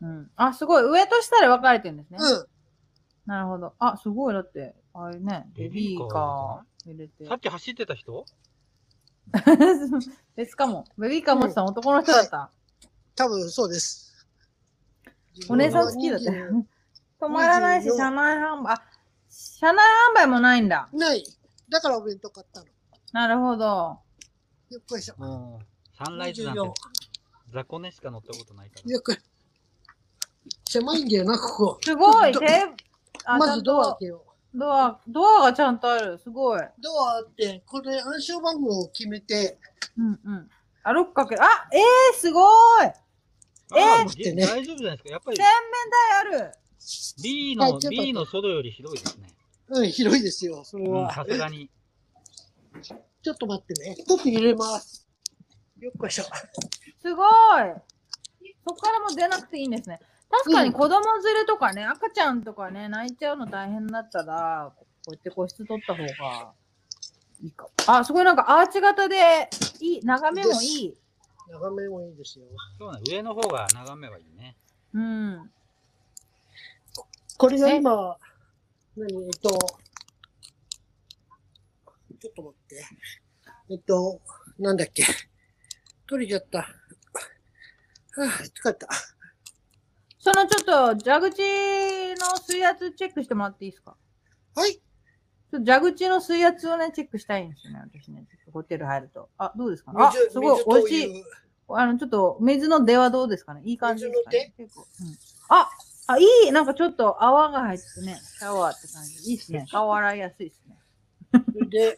A: うん。あ、すごい。上と下で分かれてるんですね。
C: うん。
A: なるほど。あ、すごい。だって、あれね、ベ
B: ベ
A: ビ
B: ビ
A: ー
B: ー
A: カ
B: カ
A: ー入れて
B: さ。っき走ってた人
A: (laughs) 別かも。ベビーカー持ってたの男の人だった。
C: 多分そうです。
A: お姉さん付きだったよ。止まらないし、
C: 24
A: 車内販売。あ、車内販売もないんだ。
C: ない。だからお弁当買ったの。
A: なるほど。
C: よっこいしょ。
B: うんサンライズなんて
C: 24。
B: 雑魚寝しか乗ったことないから。
C: よっこい。狭いんだよな、ここ。
A: すごい。
C: ど
A: テーブあ、ち
C: ま
A: ゃ
C: ず
A: ん
C: ドア開
A: と
C: けよ
A: ドア、ドアがちゃんとある。すごい。
C: う。ドアあって、これ暗証番号を決めて、
A: うんうん。あ、6かける。あ、えー、すごい
B: あ
C: えーってね
B: 大丈夫じゃないですか。やっぱり
A: 洗面台ある。
B: B
C: はいち
B: の
C: ょっと待って
B: B の外より広いですね。
C: うん、広いですよ、それ
B: うん
C: は。
B: さすがに。
C: ちょっと待ってね。ちょっと入れます。よっこいしょ。
A: すごい。そこからもう出なくていいんですね。確かに子供連れとかね、赤ちゃんとかね、泣いちゃうの大変だったら、こうやって個室取った方がいいかも。あ、すごいなんかアーチ型で、いい、眺めもいい。
C: 眺めもいいですよ。
B: そうね、上の方が眺めばいいね。
A: うん。
C: これが今、何えっと、ちょっと待って。えっと、なんだっけ。取れちゃった。はぁ、疲れた。
A: そのちょっと、蛇口の水圧チェックしてもらっていいですか
C: はい。
A: ちょっと蛇口の水圧をね、チェックしたいんですよね、私ね。ちょっとホテル入ると。あ、どうですかねあ、
C: 水
A: すごい
C: 水、と
A: 美味しい。
C: う
A: あの、ちょっと、水の出はどうですかねいい感じですか、ね、結構、うん。あ、あ、いいなんかちょっと泡が入ってね、シャワーって感じ。いいっすね。顔洗いやすいっす
C: (laughs)
A: ね。
C: それで、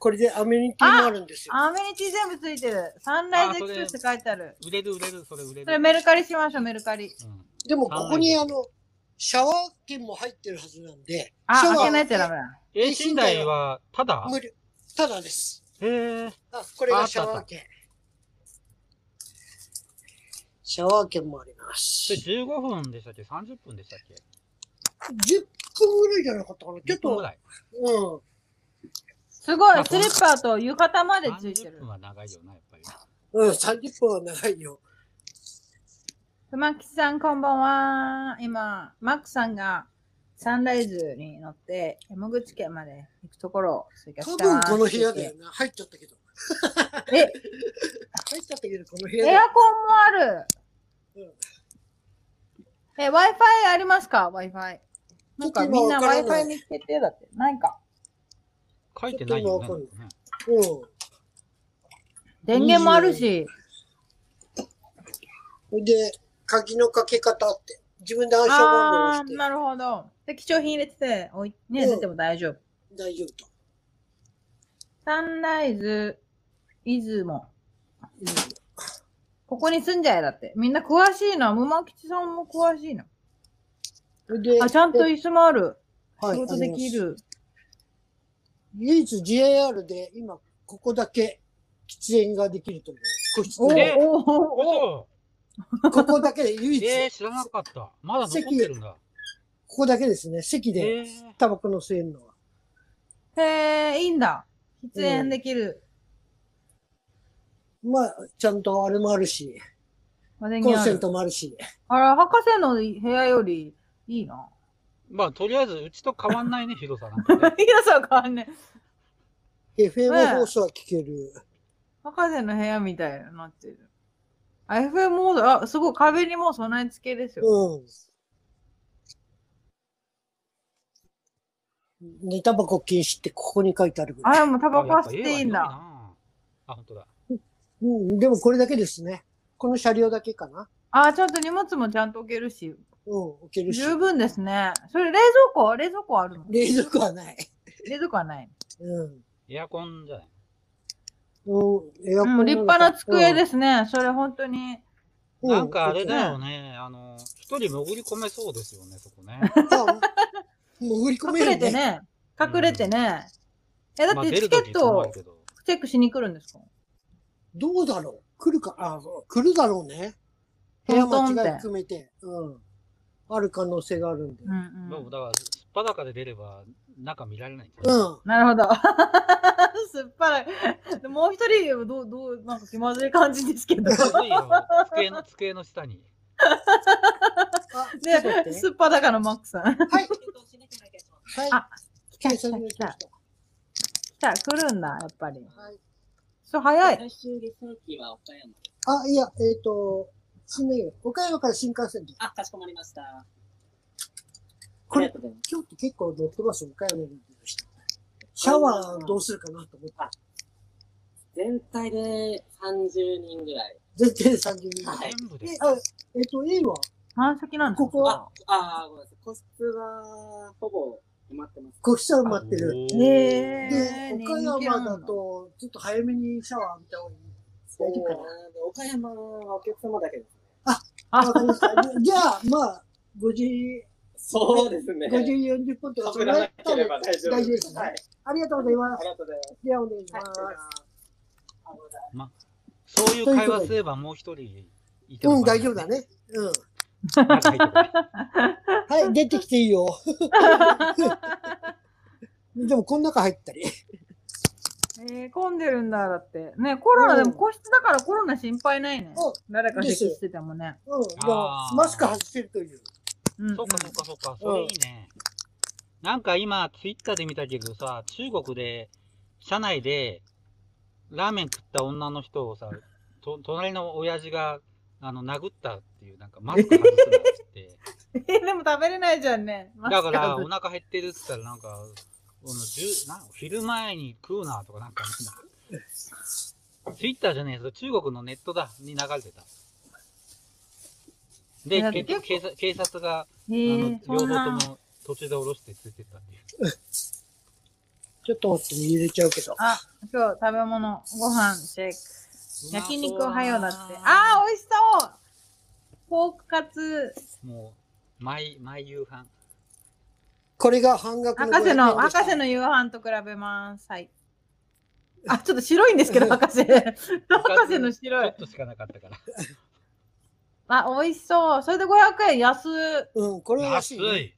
C: これでアメニティもあるんですよ。
A: アメニティ全部ついてる。サンライズエクスプレスって書いてある。
B: 売れる売れる、それ売れる。
A: それメルカリしましょう、メルカリ。
B: うん
C: でも、ここに
B: あ
C: あの、シャワー券も入ってるはずなんで、シャ
A: あ、
C: ワー
A: 開けないとダメだ。
B: え、寝台はただ
C: 無料。ただです。
B: へえ。
C: あ、これが
B: あ
C: シャワー券。シャワー券もあります
B: そ。れ15分でしたっけ ?30 分でしたっけ
C: 10分ぐらいじゃなかったかな。ちょっ
B: 10分ぐ
C: と、
B: らい。
C: うん。
A: すご
B: ま
A: い、
B: あ
A: スリッパと浴衣までついて
B: 30
A: る
B: 分。は長いよな、やっぱり。
C: うん、30分は長いよ。
A: 熊吉さん、こんばんは。今、マックさんがサンライズに乗って、山口県まで行くところを追加
C: 多
A: した
C: 分この部
A: (laughs)
C: 屋だよな。入っちゃったけど。 (laughs)
A: え、
C: 入っちゃったけど、この部屋だ
A: エア
C: よ。
A: コンもある。
C: うん
A: え、Wi-Fi ありますか ?Wi-Fi。なんかみんな
C: ちょっと今わからない
A: Wi-Fi 見つけてだって。ないか。
B: 書いてないよね
C: ちょっと今わか
B: なんかね
C: んない。うん。
A: 電源もあるし。
C: それで、鍵のかけ方って。自分で暗証番号
A: あ
C: を
A: ー、
C: して
A: なるほど。で、貴重品入れてて、おいね、
C: うん
A: 出ても大丈夫。
C: 大丈夫と。
A: サンライズ、出雲。
C: うん
A: ここに住んじゃえだって。みんな詳しいな。沼吉さんも詳しいな。
C: それで
A: あ、ちゃんと
C: え
A: 椅子もある。
C: はい
A: 仕事できる。
C: 唯一 JR で今、ここだけ喫煙ができるという。個室
A: お
B: ありま
C: で
B: す
A: ー
B: ね
A: おーおーおー
B: 嘘
C: ここだけで
A: (laughs)
C: 唯一、
B: えー、知らなかった。まだ残ってるんだ。
C: ここだけですね。席
B: え
C: で
B: ー
C: タバコの吸えるのは。
A: へえ、いいんだ。喫煙できる。
C: まあ、ちゃんとあれもあるし、
A: まあ電
C: コン
A: 源あ
C: セ
A: る
C: ントもあるし。
A: あら、博士の部屋よりいいな。
B: まあ、とりあえず、うちと変わんないね、広
C: (laughs)
B: さなんかね。
A: 広さは変わんねえ
C: FM 放送は聞ける。
A: 博士の部屋みたいになってる。あ、FM モード、あ、すごい、壁にもう備え付けですよ。
C: うん。寝タバコ禁止ってここに書いてあるぐらい。
A: あ、でもタバコは吸
B: あ
A: っ
B: やぱ
A: ていいん
B: 絵は
A: だ。
B: なあ、本当だ。
C: うん、でもこれだけですね。この車両だけかな。
A: あ、ちゃんと荷物もちゃんと置けるし、
C: うん、置けるし。
A: 十分ですね。それ冷蔵庫は冷蔵庫はあるの
C: 冷蔵庫はない。
A: 冷蔵庫はない。
C: うん。
B: エアコンじゃない。
C: うん、エア
A: う
C: コン。
A: ん、立派な机ですすね。それ本当に。
C: う
B: なんかあれだ
C: うん
B: よね、あの、一人潜り込めそうですよね、そこね。
C: (laughs) あもう売り込め
A: 隠
C: る
A: れ
C: よ
A: て
C: ね。
A: ね。隠れてね。え、だ
B: ま
A: っ
B: あ
A: て
B: 出
A: チ
B: る
A: ケ
B: と
A: ッ
B: き
A: ト
B: 困
A: を
B: るけど。
A: チェックしに来るんですか
C: どうだろう来るか、あ、来るだろうね。部屋間違い含めて。うん。ある可能性があるんで。
A: うんう
B: も
A: ん
B: う。だから、すっぱだかで出れば、中見られないんだ
C: う
B: よ
C: ん。
A: なるほど。 (laughs) すっぱらい。でもう一人はどう、どう、なんか気まずい感じですけど。です
B: ごいよ。机の、机の下に。
C: あ、ちょっと待って
A: すっぱだかのマックさん。
C: はい。はい。
A: あ来た
C: 計算になりました
A: 来た、来るんだ、やっぱり。
C: はい
A: そう、早い。
D: 最終リサーチは岡山。
C: あ、いや、えっ、と、新名岡山から新幹線で。
D: あ、かしこまりました。
C: これ
D: ありがとうございます
C: 今日って結構乗ってますよ、岡山に乗ってました。シャワーどうするかなと思って。
D: 全体で30人ぐらい。
C: 全然30人ぐらい。
D: はい
B: 全部
C: で
B: で、
C: あ、えっ、と、A は
A: 満席なんです
C: ここは
D: ああ、ごめんなさい。個室は、ほぼ埋まってます。
C: 個室は埋まってる。
B: お
A: へ
B: ー
A: え
C: で、
A: ー。
C: 岡
A: 人気な
C: 山
A: ん
C: だと、ちょっと早めにシャワー浴びた方がいい。
D: そうかな。で岡山はお客様だけです。
C: わ
A: あ、
C: かりました。じゃじゃあ、まあ、5時、
D: そうですね。
C: 5時40分とか、
D: 被らなければ大丈夫
C: 大丈夫です。
D: は
C: はいい。。ありがとうございま
D: あ
C: す。
D: りがとうございます。
C: では、お願いします。
D: はい
B: そういう会話すればもう一人いても
C: うん、大丈夫だ。ね。うん。
B: 中入ってこない
C: はい、出てきてい
B: (laughs)
C: いよ。でも、この中入ったり。
A: えー、混んでるんだ、だって。ね、コロナでも個室だからコロナ心配ないね
C: うん。
A: 誰か咳しててもね。
C: うん、だか
B: あー
C: らマスク外してるという。
A: うん、
B: そっかそっかそっか、それいいね。なんか今、ツイッターで見たけどさ、中国で、車内で、ラーメン食った女の人をさ、と隣の親父が、あの、殴ったっていう、なんかマスク外すなっつって。
A: (laughs) えーでも食べれないじゃんね。 (laughs) マス
B: だ
A: ク
B: から、
A: 外
B: お
A: して
B: 腹減ってるって言ったら、なんか、このじゅな昼前に食うなとか、なんか、ツイッターじゃねえぞ、中国のネットだ、に流れてた。
A: いや
B: で、結局警察警察が、
A: へ
B: あの
A: えー、
B: 両
A: そんな
B: 方。とも途中で降ろして連れてったっていう。
C: ちょっと待って、入れちゃうけど。
A: あ、今日食べ物、ご飯、シェイク。焼肉おはようだって。
B: あ
A: あー、美味しそうポークカツ、
B: もう、毎、毎夕飯。
C: これが半額
A: 博士の、
C: 500円でした
A: 博士の夕飯と比べます。はい。あ、ちょっと白いんです
C: (laughs)
A: けど、博士。博士の白
B: ちょ
A: い
B: っ。としかなかったから。
A: あ、美味しそう。それで500円安。
C: うん、これは安
B: 安
C: いね、
B: い。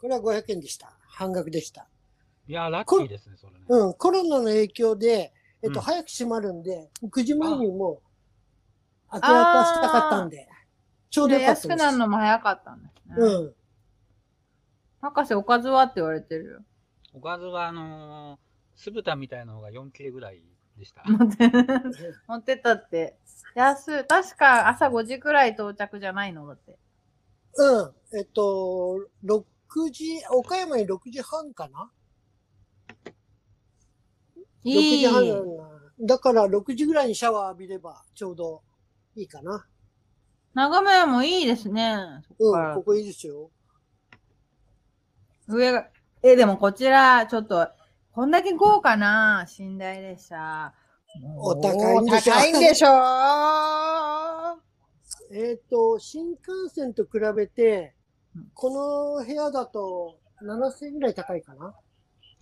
C: これは500円でした。半額でした。
B: いや、ラッキーですね、それね。
C: うん、コロナの影響で、えっと、
B: うん
C: 早く閉まるんで、9時前にもう、明け渡したかったんで、ちょうどよかったです。
A: 安くなるのも早かったんですね。
C: うん。
A: 博士、おかずはって言われてるよ。 (laughs)
B: おかずは、あのー、酢豚みたいなのが4切れぐらいでした。
A: 持って、持ってったって。安い。確か朝5時くらい到着じゃないのだって。
C: うん。えっと、6時、岡山に6時半かない ?6
A: い
C: 時半なんだ。だから6時ぐらいにシャワー浴びればちょうどいいかな。
A: 眺めもいいですね。
C: う
A: そっ、
C: ん
A: から
C: ここいいですよ。
A: 上が、え、でもこちら、ちょっと、こんだけ豪華な寝台列車。もう
C: お高いんでしょ
A: お高いんでしょ
C: えっと、新幹線と比べて
A: うん、
C: この部屋だと7000円ぐらい高いかな。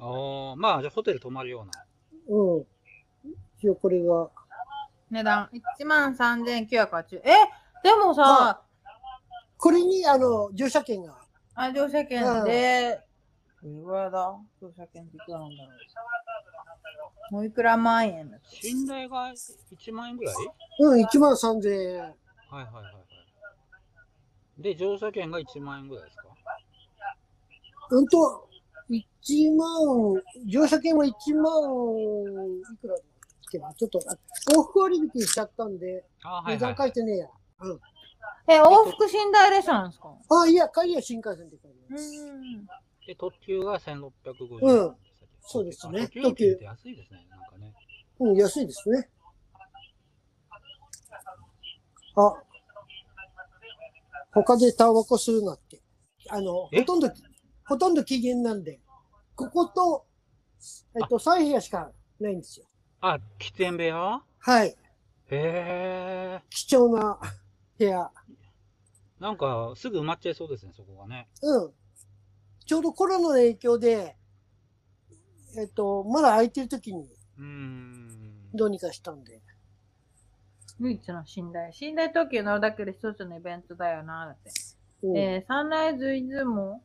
B: おーまあ、じゃあホテル泊まるような。
C: うん。一応これが。
A: 値段、1万3980え、でもさ
C: は、これに、あの、乗車券が。
A: あ、乗車券で、いくらだ乗車券っていくらなんだろう。もういくら万円だ
B: 信頼が1万円ぐらい
C: うん、1万3000円。
B: はいはいはいはい。で、乗車券が1万円ぐらいですか
C: うんと、1万、乗車券は1万、いくらだっけなちょっと、あ往復割引しちゃったんで、
B: あーはい
C: 値
B: は
C: 段
B: い、
C: 書
B: はいい。
C: てねえや。うん。
A: え、往復寝台列車なんですか
C: あ、いや、帰りは新幹線で帰り
A: う
C: ます。
A: ん。
B: で、特急が1650
C: う
B: 円
C: ん
B: でしたっけ。
C: そうですね
B: あ特急って安いですね、なんかね。
C: うん、安いですね。あ、他でタバコ吸うなって。あの、
B: え
C: ほとんど、ほとんど期限なんで、ここと、えっと、3部屋しかないんですよ。
B: あ、喫煙部屋
C: はい。
B: へえ。
C: 貴重な部屋。
B: なんか、すぐ埋まっちゃいそうですね、そこがね。
C: うん。ちょうどコロナの影響で、えっと、まだ空いてる時に
B: うーん。
C: どうにかしたんで。
A: 唯一の寝台。寝台特急乗るだけで一つのイベントだよな、だって。
C: うん
A: えーサンライズ出雲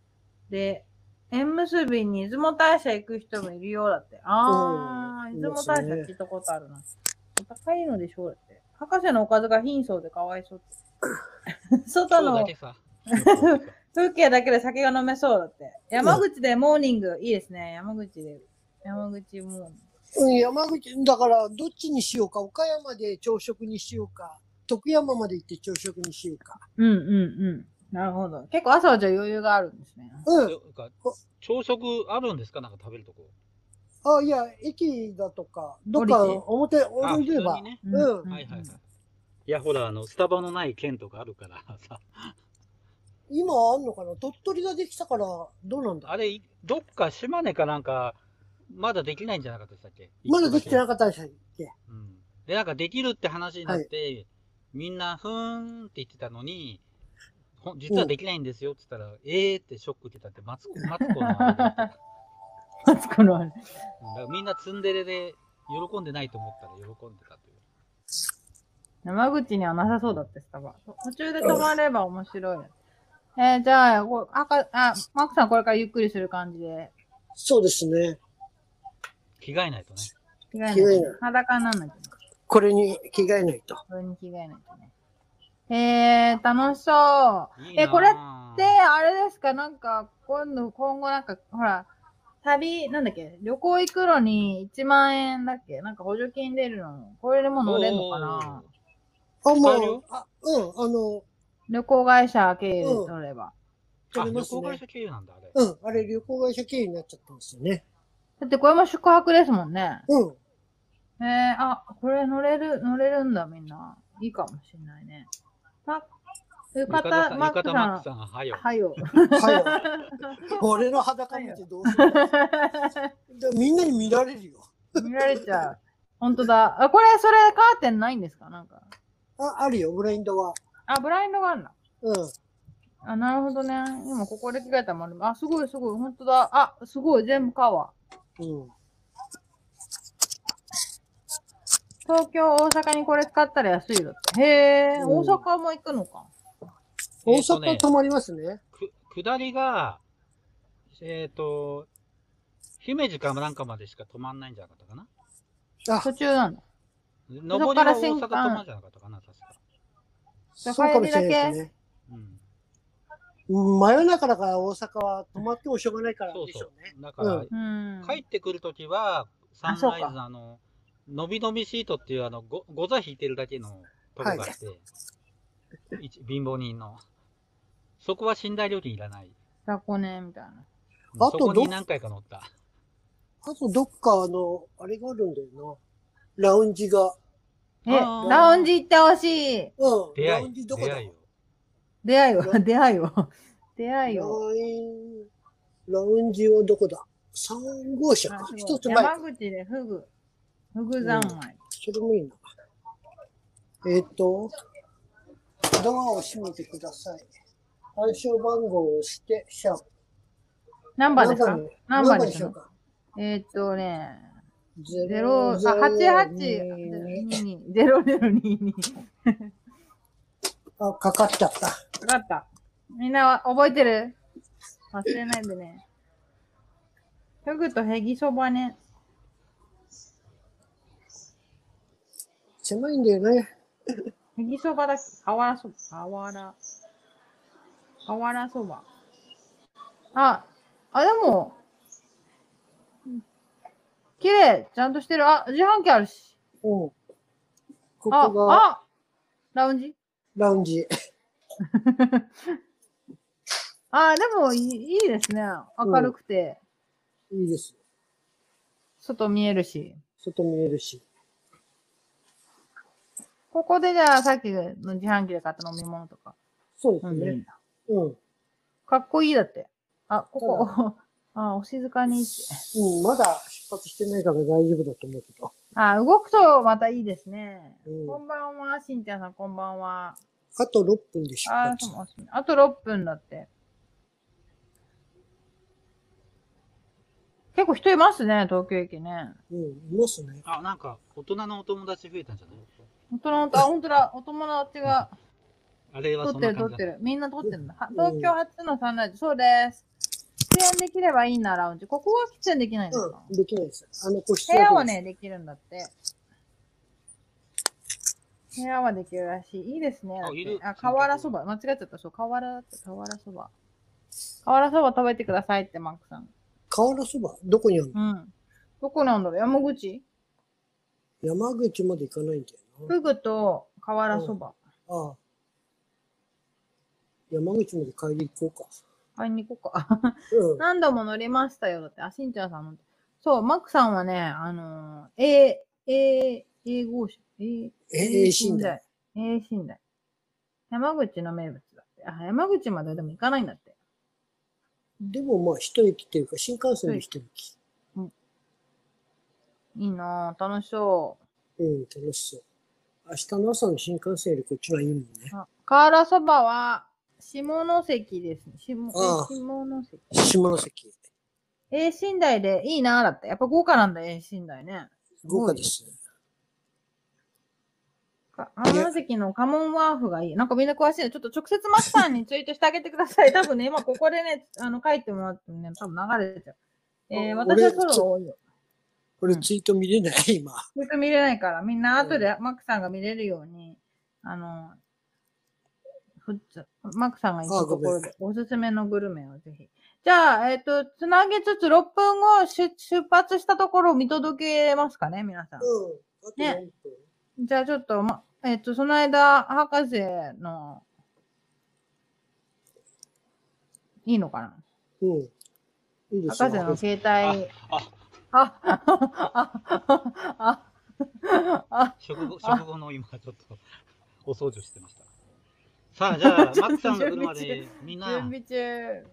A: で、縁結びに出雲大社行く人もいるようだって。あ
C: う
A: ー、
C: ん
A: 出雲大社
C: いま
A: 聞
C: す
A: いたことあるな。お高いのでしょうだって。博士のおかずが貧相でかわいそうって。外
B: 今日だ
A: の
B: け、さ。
A: トゥーキアだけで酒が飲めそうだって。山口でモーニング、いいですね。山口で。山口モーニング。
C: うん、山口、だから、どっちにしようか。岡山で朝食にしようか。徳山まで行って朝食にしようか。
A: うんうんうん。なるほど。結構朝はじゃあ余裕があるんですね。
C: うん。
B: なん
C: (laughs)
B: か朝食あるんですかなんか食べるとこ。
C: あ、いや、駅だとか、どっか
A: 降りて
C: 表、
B: あ
C: 降りれ
B: 普通
C: ば
B: に。ね。
C: うん
A: うん
B: はい
A: (laughs)
B: はいはい。いや、ほら、あの、スタバのない県とかあるからさ、 (laughs)
C: 今あんのかな鳥取ができたから、どうなんだ
B: あれ、どっか島根かなんか、まだできないんじゃなかったでしたっけ
C: まだできて
B: い。
C: なかったでしたっけ
B: うん。で、なんかできるって話になって、みんな、ふーんって言ってたのに、ほん実はできないんですよって言ったら、えーってショック受けたって、マツコ、マツコのあれだった。
A: マツコのあれ。
B: うんだからみんなツンデレで喜んでないと思ったら喜んでたという。
A: 山口にはなさそうだって、スタバ。途中で止まれば面白い。えー、じゃあ、こあかあ、マックさんこれからゆっくりする感じで。
C: そうですね。
B: 着替えないとね。
A: 着替えない
C: 着替
A: と
C: え
A: ね
C: ない。
A: 裸になんないとね。
C: これに着替えないと。
A: それに着替えないとね。えー、楽しそう。
B: いい
A: え
B: なあ
A: これで、あれですか、なんか、今度、今後なんか、ほら、旅、なんだっけ、旅行行くのに1万円だっけ、なんか補助金出るの、これでも乗れんのかな
B: おー使え
C: あ、
B: る
C: もう
B: よ、
C: あ、うん、あの、
A: 旅行会社経由で乗れば。
B: あ、
C: 取
B: 旅
C: れます
B: 行会
C: ね。
B: 社経由なんだ、あれ。
C: うん、あれ旅行会社経由になっちゃったんですよね。
A: だってこれも宿泊ですもんね。
C: うん。
A: えー、あ、これ乗れる、乗れるんだ、みんな。いいかもしれないね。ま、浴
B: 浴衣さ
A: 衣、
B: ん
A: マック
B: 浴衣マッ
A: さ
B: クさんがは
A: ん。
B: よ。
A: はよ。
C: はい。俺の裸見てどうするだみんなに見られるよ。
A: 見られちゃう。ほんとだ。あ、これ、それ、カーテンないんですかなんか。
C: あ、あるよ、ブラインドは。
A: あ、ブラインドがあるんだ。
C: うん。
A: あ、なるほどね。今ここで着替えたもん。あ、すごいすごい。本当だ。あ、すごい。全部買うわ。
C: うん。
A: 東京、大阪にこれ使ったら安いよって。へえ、
C: うん
A: 大阪も行くのか。
C: 大
B: えーとね
C: 阪泊まりますね。
B: く下りが、えっ、と、姫路かなんかまでしか止まんないんじゃなかったかな。
C: あ、
A: 途中なの。
B: 上りは大阪止まんじゃなかったかな、確か。
A: じゃあ
C: そうかもしれない
A: 帰りだ
C: ですね。
B: うん。
C: うん真夜中だから大阪は泊まってもしょうがないから
B: そう
C: でし
B: そ
C: ょ
B: う
C: うね。。
B: だから、
A: うん。
B: 帰ってくるときは、サン
A: あそう
B: ラ
A: か
B: イズのあの、のびのびシートっていうあの、ご、ご座引いてるだけのとこがあって、一貧乏人の。そこは寝台料金いらない。
A: 雑魚ね、みたいな。
B: うん
C: あと
B: そこ
C: ど
B: に何回か乗った。
C: あとどっかあの、あれがあるんだよな。ラウンジが。
A: え
B: あ、ー
A: ラウンジ行ってほしい。
C: うん。
B: 出
C: ラ
B: 会
C: ウン
B: い。
C: ジどこ
B: 出
C: だ
B: 会いよ。
A: 出会い
C: ラ
A: を、出会いを。出会いを。
C: ラインラウンジはどこだ ?3 号車
A: あ
C: か
A: す。ご
C: 一
A: い
C: つ前
A: 山。口でフグ。フグ三昧。
C: それもいいな。えっ、と、ドアを閉めてください。暗証番号を押して、シャープ。
A: 何番ですか何番で
C: し
A: す
C: ょう
A: か
C: か
A: えーっとね、ゼ
C: ゼ
A: ロ、あ、八八ゼロゼロ二二。
C: あ、かかっちゃった。
A: わかった。みんなは覚えてる忘れないでね。フグとヘギそばね。
C: 狭いんだよね。
A: ヘギそばだっけあわらそば。あわら。あわらそば。あ、あ、でも、綺麗ちゃんとしてる。あ、自販機あるし。
C: うん。ここ
A: あ、
C: が
A: あラウンジ
C: ラウンジ。
A: あ、でもいいいいですね。明るくて、
C: いいです。
A: 外見えるし。
C: 外見えるし。
A: ここでじゃあさっきの自販機で買った飲み物とか
C: そうで
A: 飲
C: す
A: んでいい
C: ね
A: ん。だ。
C: うん。
A: かっこいいだって。あ、ここ、 (laughs) あ、お静かにって。
C: うん、まだ出発してないから大丈夫だと思うけど。
A: あ、動くとまたいいですね。
C: うん
A: こんばんは、しんちゃんさん、こんばんは。
C: あと6分で出
A: あ、
C: 発
A: そう。もあと6分だって。結構人いますね、東京駅ね。
C: うん、いますね。
B: あ、なんか、大人のお友達増えたんじゃない
A: 大人の、あ、本当だ、お友達が
B: あれは
A: 撮
B: そ
A: っ
B: ん
A: て
B: な
A: る撮
B: 感
A: っ
B: じ
A: て
B: だっ
A: る。みんな撮ってるんだ。は
C: うん
A: 東京初のサンライズ、そうです。喫煙できればいいな、ラウンジ。ここは喫煙できないんですか、
C: うん、できないです。あの個室
A: 部屋
C: は
A: はね、できるんだって。部屋はできるらしい。いいですね。だって
B: いる
A: あ、瓦そば。間違っちゃった。そう、瓦だって、瓦そば。瓦そば食べてくださいって、マックさん。
C: 瓦そばどこにあるの
A: うん。どこなんだろう山口
C: 山口まで行かないんだよな。
A: フグと瓦そば。
C: ああ。山口まで帰り行こ
A: 買いに行こうか。 (laughs)
C: うか。うん。
A: 何度も乗りましたよ。だって、あ、しんちゃんさんも。そう、マックさんはね、あのー、えー、えー、英語者。えー、
C: ええ、死んだ。。
A: ええ、死んだ。山口の名物だって。あ、山口まででも行かないんだって。
C: でもまあ、一駅っていうか、新幹線で一駅。
A: いいなぁ、楽しそ
C: うん、楽しそう。明日の朝の新幹線よりこっちがいいもんね。
A: う。あ瓦そばは、下関ですね。下
C: ああ
A: え下関。
C: 下関。
A: えー、寝台でいいなぁだって。やっぱ豪華なんだ、えー、寝台ね。
C: 豪華です。
A: か下関のカモンワーフがいい。なんかみんな詳しいの。ちょっと直接マスさんにツイートしてあげてください。多分ね、今ここでね、あの書いてもらってもね、多分流れちゃう。えー、
C: あ
A: 私は
C: 俺
A: ソロが多いよ。
C: これツイート見れない、今。
A: ずっと見れないから、みんな後でマックさんが見れるように、あの、ふっつマックさんが行
C: あ
A: くところ
C: ごめ
A: で、おすすめのグルメをぜひ。じゃあ、えっ、と、つなげつつ6分後出、出発したところを見届けますかね、皆さん。
C: うん。あと
A: ね
C: 何分
A: じゃあちょっと、ま、えっ、と、その間、博士の、いいのかな
C: うん。いいですよ
A: 博士の携帯、
B: あ、
A: あ、あ、あ、あ、あ、
B: 食後食後の今ちょっとお掃除をしてました。さあ、じゃあ、マックさんが来るまでみんな、
A: 準備中。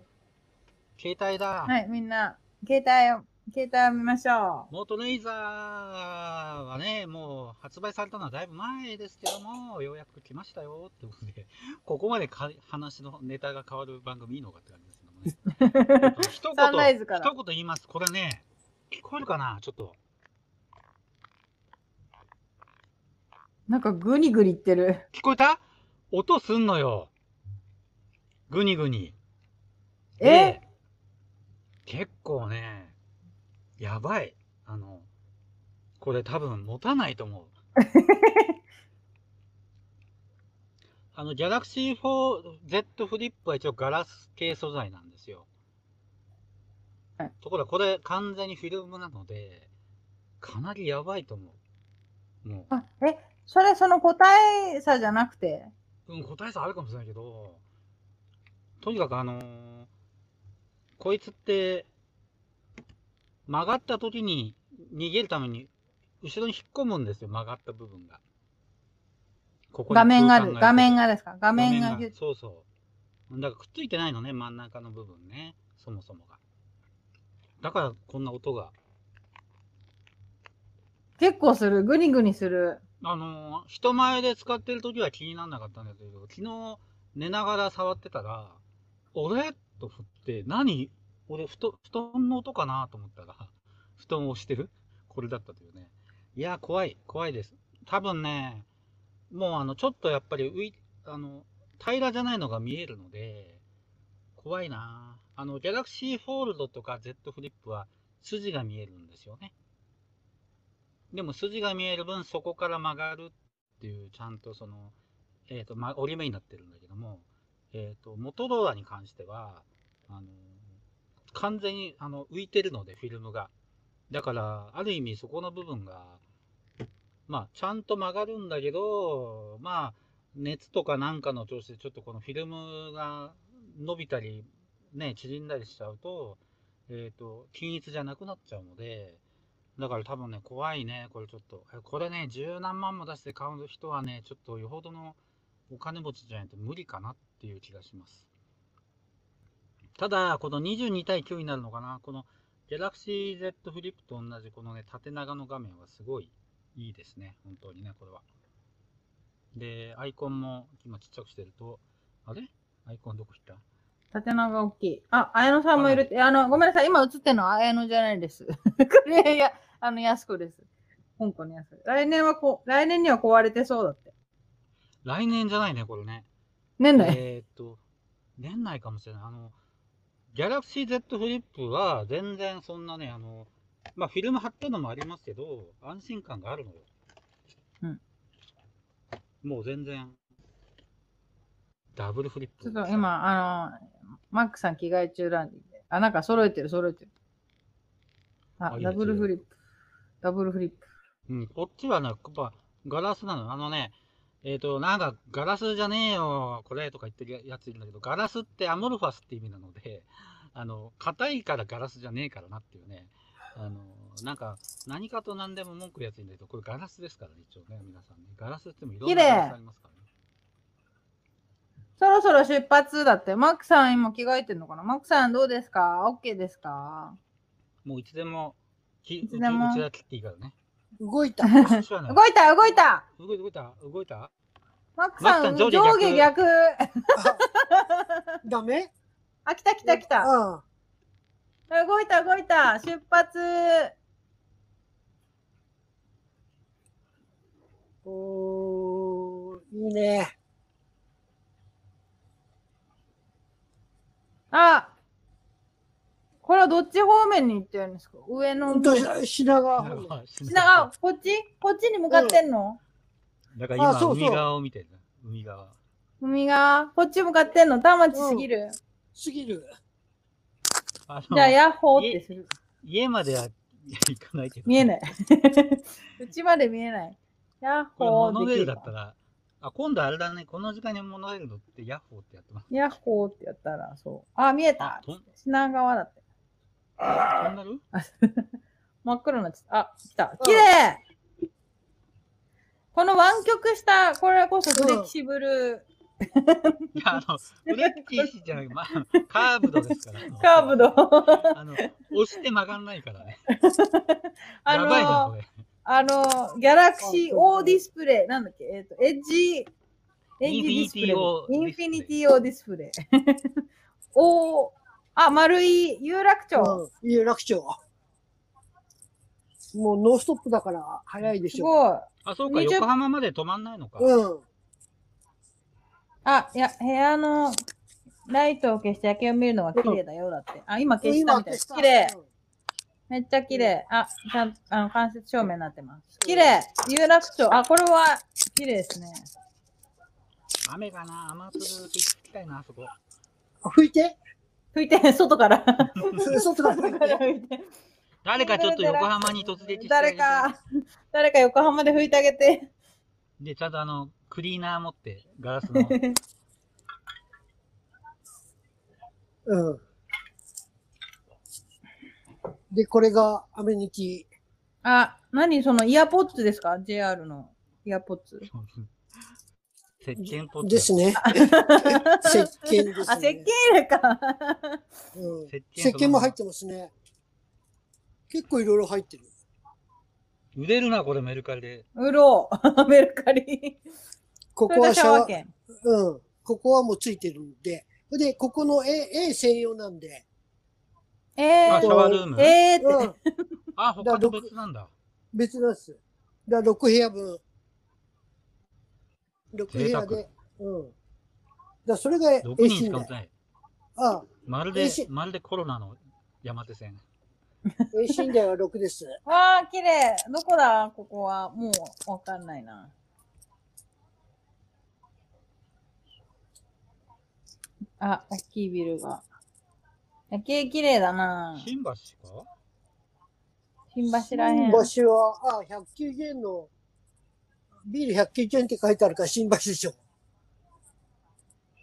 B: 携帯だ。
A: はい、みんな、携帯を、携帯を見ましょ
B: モートレイザーはね、もう発売されたのはだいぶ前ですけども、ようやく来ましたよってことで、ここまでか話のネタが変わる番組いいのかって感じですけども
A: (laughs)
B: ね。えっと一
A: サンライズ
B: 言、
A: から
B: 一言言います。これね、聞こえるかなちょっと。
A: う。なんかグニグニいってる。
B: 聞こえた音すんのよ。ぐにぐに。
A: え
B: で結構ね、やばい。あの、これ多分持たない
A: (laughs)
B: と思う。あの、ギャラクシー 4Z フリップは一応ガラス系素材なんですよ
A: はい。
B: ところがこれ完全にフィルムなので、かなりやばいと思う。もう。
A: あ、え、それその答えさじゃなくて。
B: うん、答え差あるかもしれないけど、とにかくあのーこいつって、曲がった時に逃げるために、後ろに引っ込むんですよ、曲がった部分が。ここに
A: 画面があ
B: 空
A: る。
B: 間
A: 画面
B: が
A: がですか画
B: 画
A: 面がぎゅっ
B: そうそう。だからくっついてないのね、真ん中の部分ね、そもそもが。だからこんな音が。
A: 結構する。グニグニする。
B: あのー人前で使ってる時は気にならなかったんだけど、昨日寝ながら触ってたら、俺と振って、何俺布団、布団の音かなと思ったら、布団を押してるこれだったというね。いや、怖い、怖いです。多分ね、もうあの、ちょっとやっぱり浮い、あの、平らじゃないのが見えるので、怖いなぁあの、ギャラクシーフォールドとか Z フリップは筋が見えるんですよね。でも筋が見える分、そこから曲がるっていう、ちゃんとその、えっ、と、ま、折り目になってるんだけども、えっ、と、モトローラに関しては、あの、完全にあの浮いてるので、フィルムが。だから、ある意味そこの部分が、まあ、ちゃんと曲がるんだけど、まあ、熱とかなんかの調子で、ちょっとこのフィルムが伸びたり、ね、縮んだりしちゃうと、えっ、と、均一じゃなくなっちゃうので、だから多分ね、怖いね、これちょっと。えこれね、十何万も出して買う人はね、ちょっとよほどのお金持ちじゃないと無理かなっていう気がします。ただ、この22対9になるのかな、この Galaxy Z Flip と同じこのね、縦長の画面はすごいいいですね、本当にね、これは。で、アイコンも今ちっちゃくしてると、あれアイコンどこ行った
A: 縦長大きい。あ、綾野さんもいるって。あの、ごめんなさい。今映ってるのは綾野じゃないです。 (laughs) これ、や、あの、安子です。香港の安子。来年はこ、来年には壊れてそうだって。
B: 来年じゃないね、これね。
A: 年内。
B: えーっと、年内かもしれない。あの、Galaxy Z Flip は全然そんなね、あの、まあ、フィルム貼ったのもありますけど、安心感があるのよ。
A: うん。
B: もう全然、ダブルフリッ
A: ちょ
B: プ。
A: っと今、あの、マックさん着替え中なんで、あ、なんか揃えてる、揃えてる。あ
B: あ、いいね
A: ダブルフリップ。ダブルフリップ。
B: うん、こっちはね、やっぱガラスなの。あのね、えっと、なんか、ガラスじゃねえよ、これとか言ってるやついるんだけど、ガラスってアモルファスって意味なので、あの、硬いからガラスじゃねえからなっていうね。あの、なんか、何かと何でも文句言うやついるんだけど、これガラスですからね、一応ね、皆さんね。ガラスってもいろん
A: 綺
B: な
A: 麗
B: ガラスありますからね。
A: そろそろ出発だって。マックさん今着替えてんのかなマックさんどうですか ?OK ですか
B: もういつでも、きう
A: い
B: ち
A: つ
B: う
A: でも
B: ちは切っていいか
A: (laughs)
B: らね。
C: 動いた。
B: 一緒やな
A: 動いた動いた
B: 動いた動いた動いた
A: マックさん
B: マックさん上下
A: 上
B: 逆
A: 下逆。 (laughs)
C: ダメ
A: あ、来た来た来た。
C: ああ
A: 動いた動いた。出発。
C: おーいいね。
A: あこれはどっち方面に行ってるんですか上の
C: ほんと、品川方面。
A: 品川、こっちこっちに向かってんの、
B: だから今
C: あ、そうそう
B: 海側を見てるな。海側。
A: 海側こっち向かってんの田町すぎる。
C: すぎる。
B: あの
A: じゃあ、ヤッホーってする。
B: 家までは行かないけど。
A: 見え
B: い。 (laughs)
A: ない。うちまで見えない。ヤッ
B: これ
A: ホ
B: モ
A: ー
B: ノレールだった
A: ら。
B: ら、あ、今度あれだね、この時間にモノレール乗ってヤッホーってやってます。
A: ヤッホーってやったら、そう。あ、見えた
B: あとん
A: 品川だって。
B: トン
A: (laughs)
B: ネル
A: 真っ黒になっちゃった。あ、来た。綺麗この湾曲した、これこそフレキシブル
B: いや、あの、フレッキーじゃない、まあ、カーブドですから。
A: (laughs) カーブ
B: ド。
A: の、
B: あの、押して曲がんないからね。
A: あ
B: やばいな、
A: の
B: こ、れ。
A: あの、ギャラクシー O ディスプレイ、なんだっけ、えっ、と、エッジ、エッジディスプレイ。インフィ
B: インフィニ
A: ニ
B: テ
A: ティ O ディスプ (laughs) レイ。おあ、丸い有楽町。
C: うん、有楽町。もうノンストップだから早いですしょ。
A: ごい。
B: あ、そうか、
A: 20
B: 横浜まで止まんないのか。
C: うん。
A: あ、いや、部屋のライトを消して夜景を見るのが綺麗だよ、だって。あ、今消した
C: 今
A: みたいな。
C: 消した
A: 綺麗。めっちゃ綺麗。あ、ちゃんあの間接照明になってます。綺麗。有楽町。あ、これは綺麗ですね。
B: 雨かな、雨粒吹きたいな、あそこ。
C: うん拭いて。
A: 拭いて、外
C: (laughs)
A: から。
C: 外から拭い
A: 外から
C: て。
A: 拭いて。
B: 誰かちょっと横浜に突撃して。
A: 誰。か、誰か横浜で拭いてあげて。
B: で、ちゃんとあの、クリーナー持って、ガラ
A: (laughs)
B: スの。
C: うん。で、これがアメニティ。
A: あ、何そのイヤポッツですか ?JR のイヤポッツ。
B: 石鹸ポッ
C: で
A: (laughs)
C: すね。石鹸ですね。
A: あ、石鹸入れか。
C: うん
B: 石鹸
C: 石鹸も入ってますね。結構いろいろ入ってる。
B: 売れるな、これメルカリで。
A: うろ (laughs) う。メルカリ。
C: こ
A: こ
C: こはシャワー、
A: 券。
C: うん。ここはもうついてるんで。で、ここの A, A 専用なんで。
A: え
B: あ、シャ
A: ー、
B: ワールーム。
A: えー
C: う
A: って。
C: ん。
B: あ、他と別なんだ。
C: 別なんです。だから6部屋分。6部屋
B: 贅
C: で。うん。だからそれが A
B: 6人し
C: 診
B: か
C: だ
B: 打
C: よ
B: て。ない。
C: ああ、
B: まるで
C: えし、
B: まるでコロナの山手線。
C: A 診だは6です。
A: わあ、綺麗。どこだここは。もう、わかんないな。あ、大きいビルが。夜景綺麗だな。
B: 新橋か
A: 新橋らへ
C: 新
A: ん。
C: 橋は、ああ、190円の、ビール190円って書いてあるから新橋でしょ。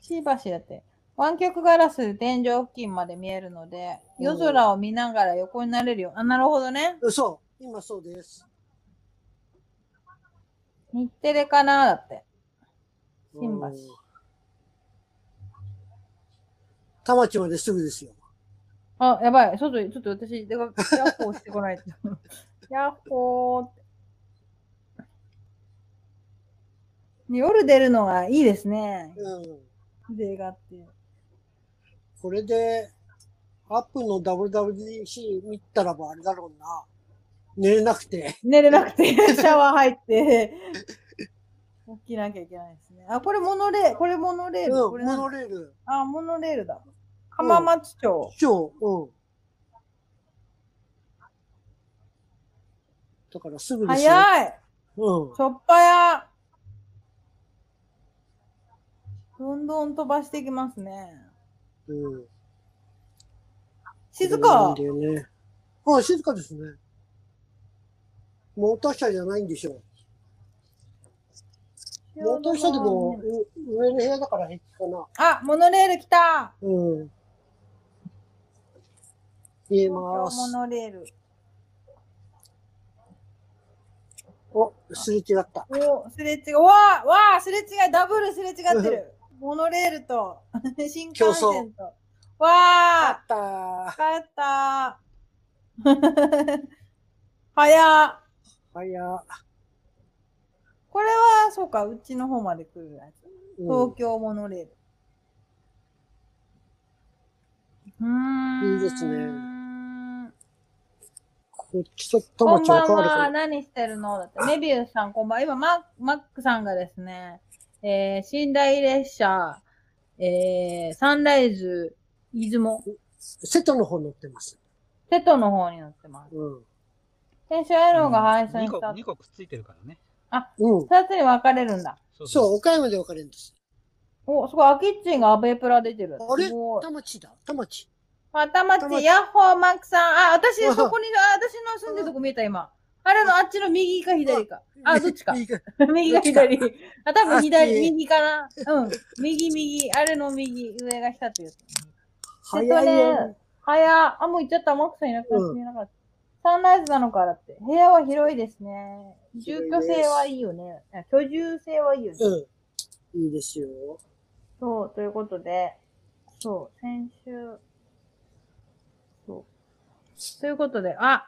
A: しばしだって。湾曲ガラスで天井付近まで見えるので、
C: うん
A: 夜空を見ながら横になれるよ。あ、なるほどね。
C: そう、今そうです。
A: 日テレかなだって。新橋
C: うん。田町まですぐですよ。
A: あ、やばい。外に、ちょっと私、でか、ヤッホーしてこないと。 (laughs) ヤッホーって。ね夜出るのがいいですね。
C: うん。
A: 風情があって。
C: これで、アップの WWDC 見たらばあれだろうな。寝れなくて。
A: 寝れなく
C: (laughs)
A: て、シャワー入って、起きなきゃいけないですね。あ、これモノレール、これモノレール。こ
C: うん、
A: れな
C: モ
A: んだ
C: ノレール。
A: あ、モノレールだ。浜松町。
C: 超、うん。だからすぐですよ。
A: 早い
C: うん。
A: しょっぱや。どんどん飛ばしていきますね。
C: うん。
A: 静か
C: これなんだよね。あ、静かですね。モーター車じゃないんでしょう。モーター車でもう上の部屋だから平気かな。
A: あ、モノレール来た
C: うん。見え
A: 東
C: ま
A: 京モ
C: す。
A: ノレール。
C: お、すれ違った。
A: お、すれ違い、わあ、わあ、すれ違い、ダブルすれ違って
C: (laughs)
A: る。モノレールと、 (laughs) 新幹
C: 競
A: 線と。わあ、
C: ったー。
A: 帰った (laughs) ー。早っ
C: はや、
A: これは、そうか、うちの方まで来るやつ。
C: う
A: 東京モノレール。うーん。
C: いいですね
A: ね。
C: こっちと田
A: こん
C: 町
A: ば
C: は
A: ん
C: 変わる
A: は。
C: か
A: 何してるのだって。メビウスさん、こんばんは。今、ママックさんがですね、えー、寝台列車、えー、サンライズ、出雲、
C: 瀬戸の方乗ってます。
A: 瀬戸の方に乗ってます。
C: うん。
A: 先週、エローが配信
B: 2
A: し
B: 個
A: た。
B: 2個くっついてるからね。
C: うん。
A: 二つに分かれるんだ。
B: そ
C: そう、岡山で分かれるんです。
A: お、すごい、アキッチンがアベプラ出てる。
C: あれ
A: すごい。
C: 田町だ。田町。
A: またま
C: 田
A: ち、
C: 町
A: ヤッホー、マックさん。あ、私、
C: うわ
A: そこに、あ、私の住んでるとこ見えた、今。あれの、あっちの右か左か。あ、どっちか。
C: いい
A: (laughs) 右が左。あ、多分左、
C: あっち
A: 右かな。うん。右、右。あれの右、上が光ってるやつ。
C: 早
A: 瀬
C: い
A: 戸
C: よ
A: ね。早っあ、もう行っちゃった。マックさんいなくなっ
C: う
A: て
C: ん
A: いなかった。サンライズなのかだって。部屋は広いですね。住
C: 広いです
A: 居性はいいよね。あ居住性はいいよね。
C: うん。いいですよ。
A: そう、ということで、そう、先週、そう。ということで、あ、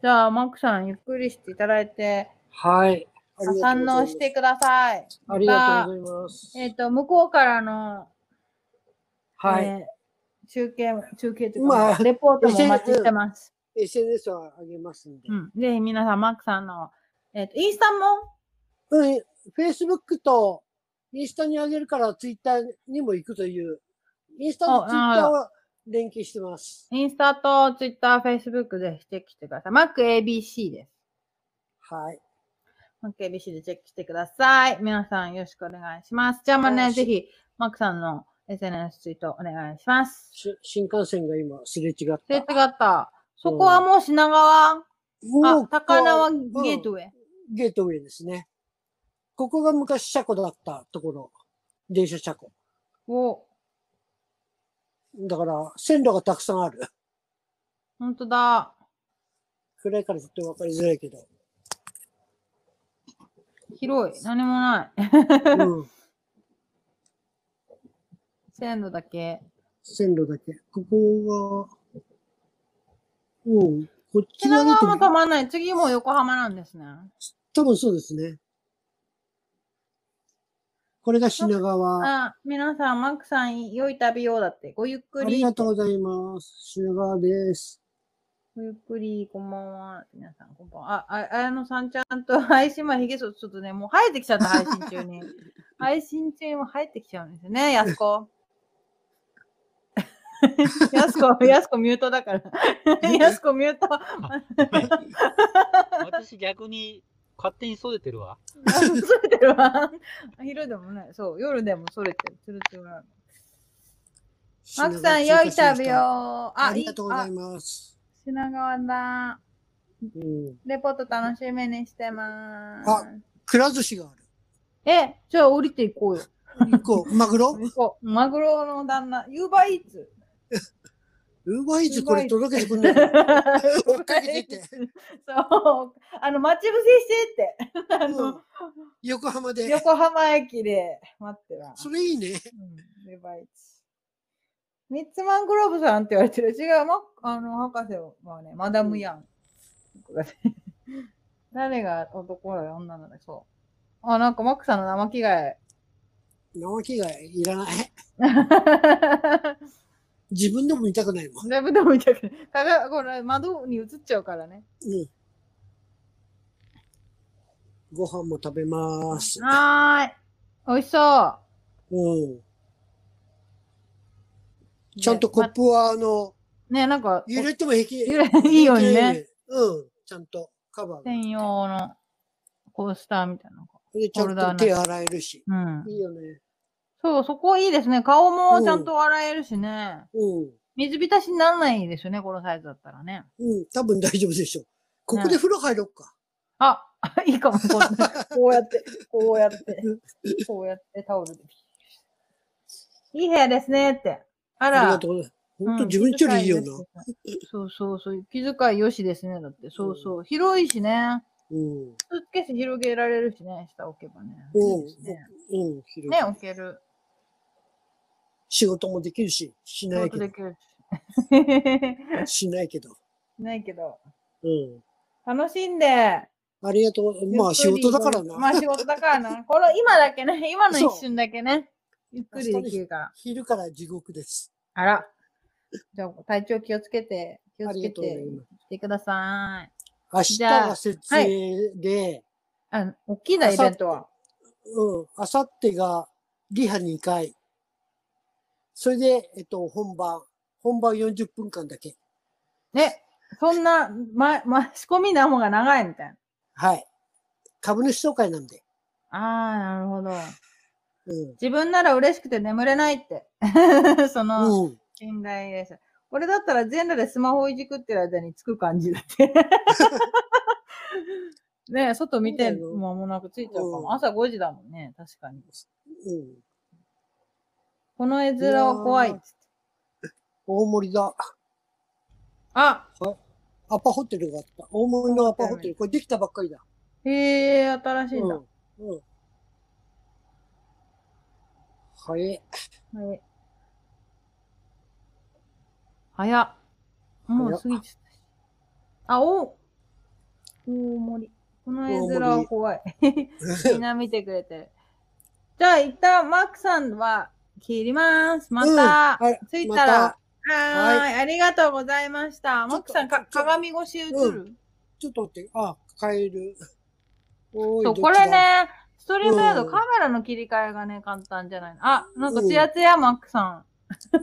A: じゃあ、マックさん、ゆっくりしていただいて、
C: はい。ありがとうござい
A: 堪
C: ます
A: 能してください。
C: ありがとうございます。
A: えっ、と、向こうからの、
C: はい。
A: えー中継、中継というか、
C: まあ
A: レポートもお待ちしてます。
C: SNS はあげますんで
A: う。ん。ぜひ皆さん、マックさんの、えっ、と、インスタも、
C: うん。Facebook とインスタにあげるから Twitter にも行くという。インスタと
A: お
C: Twitter を連携してます。
A: インスタとツイッター、フェイスブックでチェックしてください。マック ABC です。
C: はい。
A: マック ABC でチェックしてください。皆さん、よろしくお願いします。じゃあ、まあ
C: よ
A: ね、
C: ろし
A: ぜひ、マックさんの SNS ツイートお願いします。
C: し新幹線が今すれ違っ
A: すれ違
C: た。
A: った。そこはもう品川、
C: も
A: あ
C: う、
A: 高輪
C: こ
A: ゲ
C: こは
A: ートウェイ。
C: うんゲートウェイですね。ここが昔車庫だったところ。電車車庫。
A: お、
C: だから、線路がたくさんある。
A: ほんとだ。
C: 暗いからちょっとわかりづら
A: (laughs)
C: いけど。
A: 広い。何もない。
C: うん。
A: 線路だけ。
C: 線路だけ。ここが、うん。こっち
A: 品
C: 側だ
A: 川もた
C: と、
A: まんない。次もう横浜なんですね。
C: 多分そうですね。これが品川。
A: あ、皆さん、マックさん、良い旅をだって。ごゆっく
C: あ
A: り。
C: りがとうございます。品川です。
A: ごゆっくり、こんばんは。皆さん、こんばんは。あ、あ、あやのさんちゃんと配信前、ひげそちょっとね、もう生えてきちゃった、配信中
C: (laughs)
A: に。配信中にも生えてきちゃうんですよね、やすこ。 (laughs) やすこ、やすこミュートだ
C: (laughs)
A: から。やすこミュート。
B: 私逆に勝手に逸れてるわ。
A: それてるわ。昼でもない。そう、夜でもそれてる。つるつるなの。マクさん、良い旅を。
C: よ。
A: あ、
C: ありがとうござい
A: い
C: ます。
A: あ品川だ。
C: うん。
A: レポート楽しみにしてます。
C: あくら寿司がある。
A: え、じゃあ降りていこうよ。
C: 一個、マグロ
A: 行こうマグロの旦那、ユーバーイーツ。
C: うまいず
A: う
C: こ
A: まい
C: れ届けてくんな
A: (laughs)
C: いか追っかけてって
A: そう。あの、待ち伏せしてって。あ
C: う
A: の
C: ん、横浜で。
A: 横浜駅で待ってな。
C: それいいね。
A: うん、ユーバーイーツ。ミッツマングローブさんって言われてる。違う、ま、あの、博士はね、マダムヤン。誰が男だよ、女なんだよそう。あ、なんかマックさんの生着替
C: (laughs)
A: え。
C: 生着替えいらない。自分でも見たくないもん。
A: だいぶでも見たけど、ただこれ窓に映っちゃうからね。
C: うん。ご飯も食べます。
A: はーい。美味しそ
C: うん。
A: う。
C: ちゃんとコッ
A: ね
C: プは、あの、
A: まね、なんか、
C: 揺れても平気。
A: 揺れいいようにね。
C: うん。ちゃんとカバーが。
A: 専用のコースターみたいなのが。
C: でちゃんと手洗えるし。
A: うん。
C: いいよね。
A: そう、そこいいですね。顔もちゃんと洗えるしね。
C: うん。
A: 水浸しにならないですよね、このサイズだったらね。
C: うん。多分大丈夫でしょう。ここで風呂入ろうか。
A: あ、 (laughs) いいかも。こん
C: (laughs)
A: なこうやって、こうやって、こうやってタオルで。いい部屋ですねって。あ
C: あり
A: ら
C: が。とうございます。本当自分一人いいよな。
A: な。そうそうそう。気遣いよしですね。だって。そうそう。広いしね。
C: うん。
A: スーツケース広げられるしね。下置けばね。
C: うん
A: いいですね
C: うん。広い
A: ね、置ける。
C: 仕事もできるし、し
A: 仕
C: ない
A: 事
C: け
A: で
C: ど、
A: きるし。 (laughs)
C: しないけど。
A: ないけど。
C: うん。
A: 楽しんで。
C: ありがとう。まあ仕事だからな。
A: まあ仕事だからな。この今だけね、今の
C: そ
A: 一
C: う
A: 瞬だけね、ゆっくりできるから。
C: 昼から地獄です。
A: あら。じゃあ体調気をつけて、気を
C: あ
A: つ
C: り
A: け
C: がとうござ
A: て
C: います。
A: してください。
C: 明日
A: じゃあ
C: が設営で、
A: あ、大きいな、イベントは。
C: うん。あさってがリハ2回。それで、えっと、本番。本番40分間だけ。
A: ね、そんな、ま、ま、仕込みな方が長いみたいな。
C: はい。株主総会なんで。
A: ああ、なるほど。
C: うん。
A: 自分なら嬉しくて眠れないって。 (laughs) その、
C: うん。
A: 信頼です。俺だったら全裸でスマホいじくってる間につく感じだって。 (laughs) ねえ外見て
C: そうだよ
A: 間もなくついちゃうか
C: う
A: も。
C: ん
A: 朝5時だもんね、確かに。
C: うん。
A: この絵面は怖いっつって。
C: 大盛りだ。
A: あ
C: アパホテルがあった。大盛りのアパホテル。これできたばっかりだ。
A: へえ、新しいんだ。
C: うん。うん。早い。
A: はい。早っ。もう過ぎちゃったし。あ、お大盛り。この絵面は怖い。
C: (laughs)
A: みんな見てくれてる。じゃあ、一旦、マークさんは切ります。また、
C: うんはい
A: 着いたら。
C: ま
A: はーい
C: は
A: ありがとうございました。マークさん、
C: ちょっ
A: か
C: と
A: 鏡越し映る、
C: うちょっと待って、あ、変える。 (laughs) おーい
A: そう、
C: ど
A: こ
C: っち
A: れ
C: だ
A: ね、ストリームヤード、
C: うん
A: カメラの切り替えがね、簡単じゃないの。あ、なんかツヤツヤ、マックさん。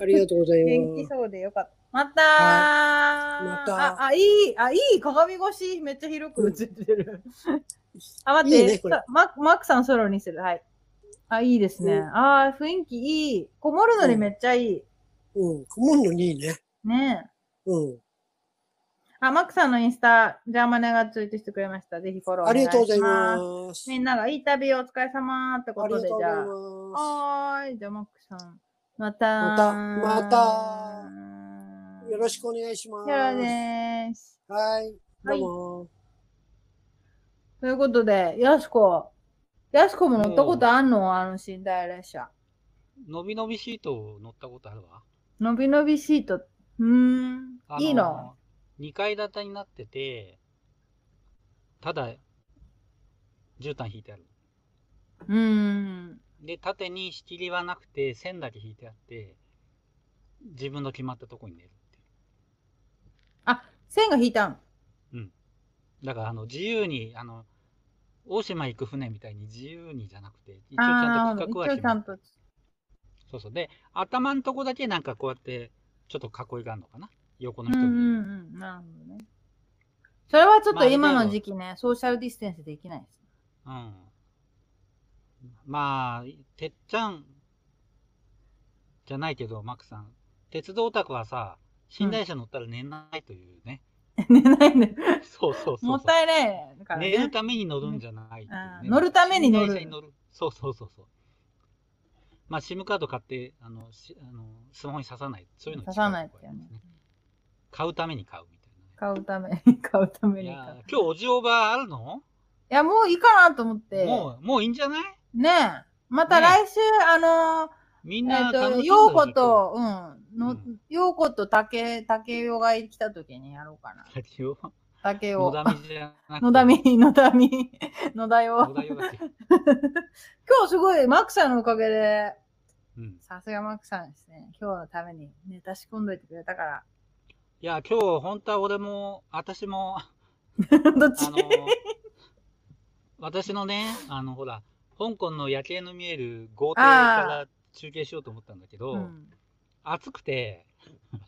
C: ありがとうござい
A: 元気
C: ます。
A: そうでよかった。またー、
C: また
A: あ、あ、いい、あ、いい鏡越し、めっちゃ広く映って
C: (laughs)
A: る。あ、待っ
C: いい
A: て、
C: ねこれ
A: さママックさんソロにする。はい。あ、いいですね。
C: うん
A: あー雰囲気いい。こもるのにめっちゃいい。
C: うん、曇るのにいいね。
A: ねえ。
C: うん。
A: あ、マックさんのインスタ、ジャーマネがツイートしてくれました。ぜひフォローお
C: あ
A: 願
C: り
A: いします。
C: がとうございます。
A: みんながいい旅お疲れ様ってこ
C: あり
A: と
C: が
A: で、
C: とうご
A: じ
C: ざ
A: ゃ
C: い
A: あ。
C: ま
A: はーい。じゃあ、マックさん。またー
C: また
A: ま
C: す。よろしくお願いします。
A: よろです。
C: はい。ど
A: は
C: う
A: い
C: も。
A: ということで、やすこ。やすこも乗ったことあんのあの寝台列車。
B: のびのびシート乗ったことあるわ。
A: のびのびシート。うーん。いいの。
B: ?2 階建てになってて、ただ、絨毯引いてある。
A: うーん。
B: で、縦に仕切りはなくて、線だけ引いてあって、自分の決まったとこに寝るってい
A: あ、線が引いたん。
B: う。だから、あの、自由に、あの、大島行く船みたいに自由にじゃなくて、一応ちゃ
A: あ
B: んと
A: ー
B: 企画
A: 一
B: は
A: 応
B: し
A: ちゃ
B: ます
A: ん。と。
B: そうそう。で、頭のとこだけなんかこうやって、ちょっと囲いがあるのかな横の
A: うんう
B: 人
A: ん
B: に。
A: うん。なるほどね。それはちょっ
B: まあ
A: と今の時期ね、ソーシャルディスタンスできないです。
B: うん。まあ、てっちゃんじゃないけど、マックさん。鉄道オタクはさ、寝台車乗ったら寝ないというね。 (laughs)
A: 寝ないんだよ。
B: そうそうそうそう。
A: もったいないから
B: 寝る
A: ね。
B: ために乗るんじゃないっていう
A: あ
B: ね、
A: ー乗るために乗る
B: 寝台車に乗る。そうそうそうそう。まあ、SIM カード買って、あの、しあのスマホに刺さない。そういうの
A: 刺さないって
B: や
A: やね。
B: 買うために買うみたいなね。
A: 買うため、買うため
B: い
A: に
B: や
A: 買う。
B: ー今日おじおばあるの、
A: いや、もういいかなと思って。
B: もう、もういいんじゃない
A: ねえ。また来週、あのー、
B: みん
A: え
B: な
A: っと、
B: 楽しんだでし
A: よ
B: ょ
A: うこと、うん、
B: う
A: の
B: ん、
A: ようこと竹、竹よが来た時にやろうかな。
B: 今日
A: 竹
B: 野
A: よ。
B: だみじゃなくて
A: 野田み、 (laughs) 野田み、野田
B: 野
A: よ。 (laughs)
B: 田よだし
A: 今日すごい、マックさんのおかげで、
B: うん。
A: さすがマックさんですね。今日のためにネタ仕込んどいてくれたから。 (laughs)
B: いや、今日、本当は俺も、私も、あ
A: どっち
B: の、私のね、あの、ほら、香港の夜景の見える豪邸から中継しようと思ったんだけど、
A: うん、
B: 暑くて、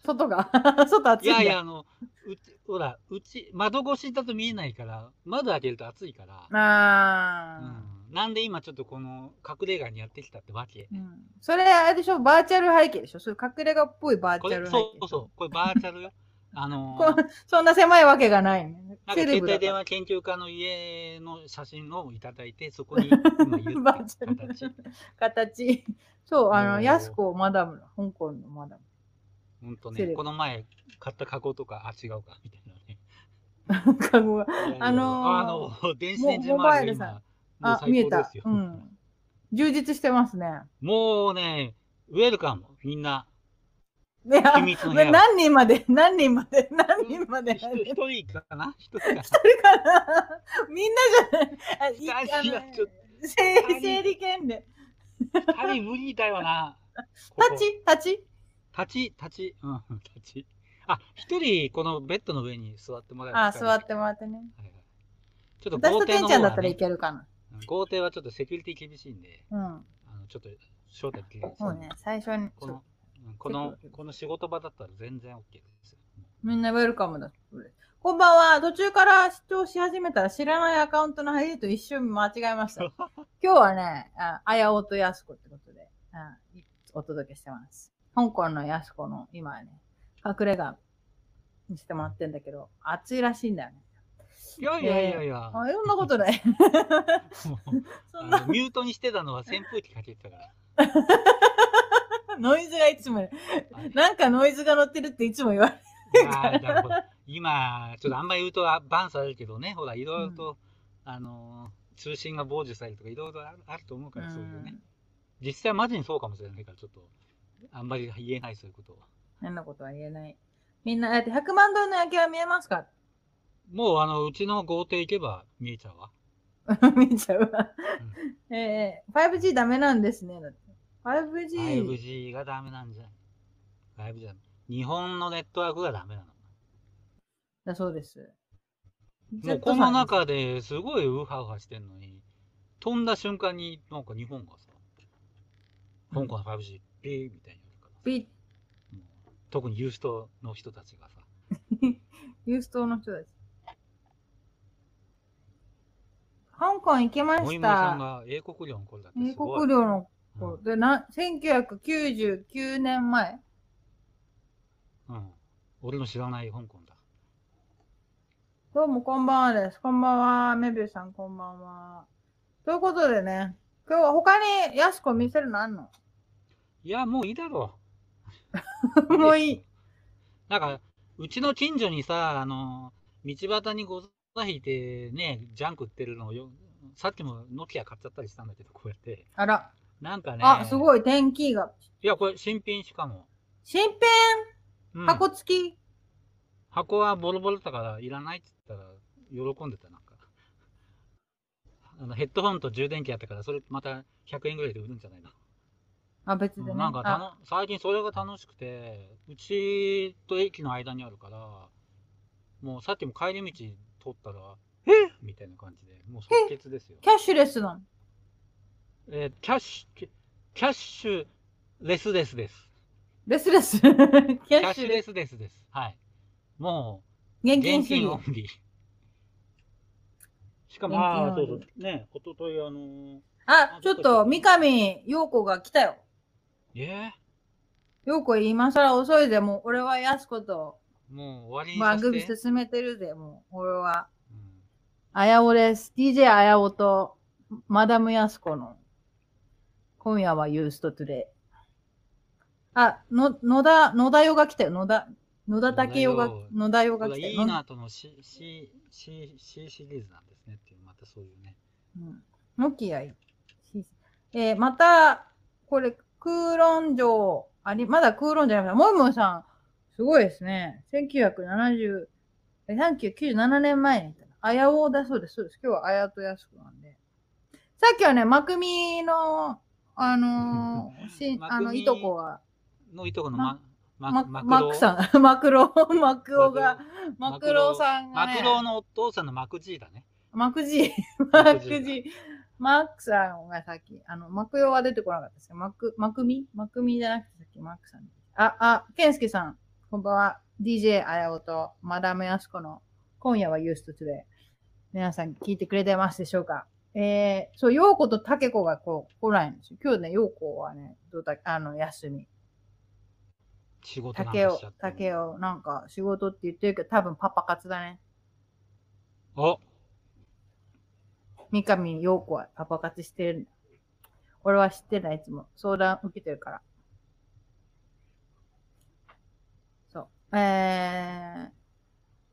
A: 外が、 (laughs) 外暑
B: い
A: いんだ
B: やいや、あの、うち、ほら、うち、窓越しだと見えないから、窓開けると暑いから、
A: あ
B: う
A: ー、
B: ん、なんで今ちょっとこの隠れ家にやってきたってわけ。
A: うん、それ、あれでしょ、バーチャル背景でしょ、そういう隠れ家っぽいバー
B: こ
A: チャ
B: れ
A: ル背景。
B: そうそう、これバーチ
A: (laughs)
B: ャルよ。あの
A: こ
B: ー
A: んそんな狭いわけがないね。
B: なんか
A: セレ
B: 携
A: ブだ
B: 帯
A: か
B: 電
A: ら
B: 話研究家の家の写真をいただいて、そこに今言っ
A: バ
B: て
A: ーチャ
B: る
A: ル
B: 形。 (laughs)
A: 形。そう、あ
B: おー
A: の、やすこマダムの、香港のマダ
B: ほんと
A: セレ
B: ね、
A: ブ
B: この前買ったカゴとか、あ、違うか、みたいなね。
A: ム。カゴが (laughs) あのー
B: あの、電子レンジ
A: モモバイ
B: 周り
A: ル
B: 今、
A: さん
B: もう
A: あ、見
B: 最
A: え
B: 高で
A: た
B: すよ。。
A: うん。充実してますね。
B: もうね、ウェルカム、みん
A: (laughs)
B: な。
A: いや、
B: (laughs) 秘密の部屋
A: 何人まで (laughs) 何人まで何人ま (laughs) で
B: ひと一人かな一人かな
A: 一人かな (laughs) みんなじゃない。あ
B: 二人はちょっ
A: の整理整理権で。
B: 二人無理だよ
A: (laughs)
B: な。ここ
A: 立ち立ち
B: 立ち、立ち、うん、立ち。あ、一人、このベッドの上に座ってもらえ
A: あ、
B: ますかね
A: 座ってもらってね。
B: はいはいちょっと
A: 私
B: 豪
A: と
B: 邸
A: て
B: の
A: ん
B: 方
A: ちゃんだっ
B: は
A: たらい
B: ね、
A: けるかな。
B: 豪邸はちょっとセキュリティ厳しいんで、
A: うん。
B: あのちょっと招待できないです
A: そうね。最初に。
B: この、うんこの、この仕事場だったら全然 OK ですよ。
A: みんなウェルカムだ。こんばんは。途中から視聴し始めたら知らないアカウントの入りと一瞬間違えま
B: (laughs)
A: した。今日はね、ああやおとやすこってことで、あお届けしてます。香港のやすこの今はね、隠れ家にしてもらってんだけど、暑いらしいんだよね。
B: いやいやいやいや。
A: あいろんなこと
B: (laughs)
A: ない
B: も
A: そ
B: うんあ
A: な
B: のミュートにしてたのは扇風機かけてたから。
A: ノイズがいつもね、なんかノイズが乗ってるっていつも言われる。
B: あーなるほど今、ちょっとあんまり言うとあバンされるけどね、ほら、いろいろと、あのー、通信が傍受されるとか、いろいろあるあると思うから、そういうね。実際はマジにそうかもしれないから、ちょっと、あんまり言えない、そういうことを。
A: 変なことは言えない。みんな、だって100万ドルの夜景は見えますか
B: もう、あの、うちの豪邸行けば見えちゃうわ。
A: (laughs) 見ちゃうわ。えー、5G ダメなんですね。だって 5G?
B: 5G がダメなんじゃない ?5G ダメ。日本のネットワークがダメなの。
A: だそうです。
B: もうこの中ですごいウハウハしてんのに、飛んだ瞬間になんか日本がさ、香港の 5G、ピーみたいになるからさ
A: B、
B: もう特にユーストの人たちがさ、
A: ユーストの人です。香港行きま
B: モイ
A: し
B: モイさん
A: た。
B: が英国領の頃だって
A: 英
B: すご
A: 国
B: い。
A: 領の
B: うん
A: 頃でな、1999年前
B: うん。俺の知らない香港だ。
A: どうもこんばんはです。こんばんは。メビューさんこんばんは。ということでね、今日は他にやすこ見せるのあんの
B: いや、もういいだろ
A: (laughs)
B: う。
A: もういい。
B: なんか、うちの近所にさ、あの、道端にござ引いてね、ジャンク売ってるのをよ、さっきもノキア買っちゃったりしたんだけど、こうやって。
A: あら。
B: なんかね、
A: あ、す
B: い。
A: ごい。天気が。
B: いや、これ新品しかも。
A: 新品
B: うん
A: 箱付き、
B: 箱はボロボロだからいらないって言ったら喜んでたなんかあのヘッドホンと充電器やったからそれまた100円ぐらいで売るんじゃないの、
A: あ、別でね。
B: なんか
A: あ
B: 楽最近それが楽しくてうちと駅の間にあるからもうさっきも帰り道通ったらえっみたいな感じでもう即決ですよ
A: キャッシュレスなの。
B: えーキャッシュキャッシュレスですです
A: レスレス。キャ
B: キャッ
A: ッシ
B: シ
A: ュ
B: ュ
A: レ
B: レ
A: ス。
B: スですですはいもう
A: 現金
B: 現
A: 主義
B: 金。オンリー。しかも、
A: 現金
B: ああ、
A: オン
B: そ
A: リ
B: う
A: ー
B: そう。ね、おととい、あのー、
A: あ、ちょっと、三上陽子が来たよ。
B: え
A: 陽子今更遅いぜ。もう俺は安子と
B: ー、もう終わり
A: 番
B: に
A: 組
B: させて。
A: 進めてるぜ。もう俺は。
B: うん
A: あやおです。DJ あやおとマダム安子の今夜はユーストトゥレイ。あ、の、野田、野田よが来たよ。野田、野田竹よが、野田よ
B: こ
A: が
B: れ
A: 来た
B: い
A: よ。
B: いなとの C、C、C、C シリーズなんですねっていう、またそういうね。
A: うんノキアいい。えーまた、これ、空論城、あり、まだ空論じゃないモイモイさん、すごいですね。1970、え1997年前にいたなあやおだそうです。そうです。今日はあやとやすくなんで。さっきはね、まくみの、あの
B: (laughs)
A: ーし
B: まくみ
A: あの、いとこは、
B: のいとこのま、ま、
A: ま
B: マ
A: マ
B: クロ
A: ックさん、 (laughs) マクロ、マクオが、
B: マ
A: マ
B: ク
A: ク
B: ロ
A: ロさんが
B: マ
A: ね、
B: クロのお父さんのマク G だね。
A: マクジー、
B: マ
A: マク
B: クジ
A: ジ
B: ー
A: ー、マックさんがさっき、あの、マクヨは出てこなかったですけど、マク、マクミマクミじゃなくてさっきマックさん。あ、あ、ケンスケさん、こんばんは。DJ あやおとマダムやすこの今夜はユーストトゥデイ。皆さん聞いてくれてますでしょうかえー、そう、陽子と竹子がこう来ないんですよ。今日ね、陽子はね、どうだあの休み。
B: 仕事なん
A: 竹
B: かし
A: を
B: ちゃっ、てね
A: 竹を、なんか仕事って言ってるけど、多分パパ活だね。
B: あ
A: 三上陽子はパパ活してるんだ。俺は知ってない、いつも。相談受けてるから。そう。えー、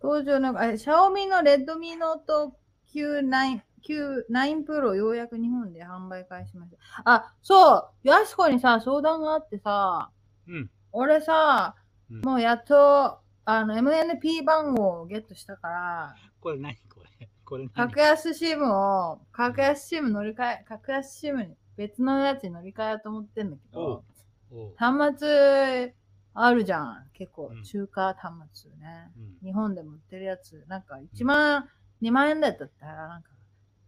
A: 登場の、え、シャオミのレッドミノート Q9、Q9 プロようやく日本で販売開始しました。あ、そう、やしこにさ、相談があってさ、
B: うん
A: 俺さ、
B: うん
A: もうやっと、あの、MNP 番号をゲットしたから、
B: これ何これこれ何
A: 格安シムを、格安シム乗り換え、格安シムに別のやつに乗り換えようと思ってんだけ
B: おう
A: ど、
B: おう
A: 端末あるじゃん。結構
B: うん、
A: 中華端末ね。
B: うん
A: 日本でも売ってるやつ、なんか1万、2万円台だったら、なんか、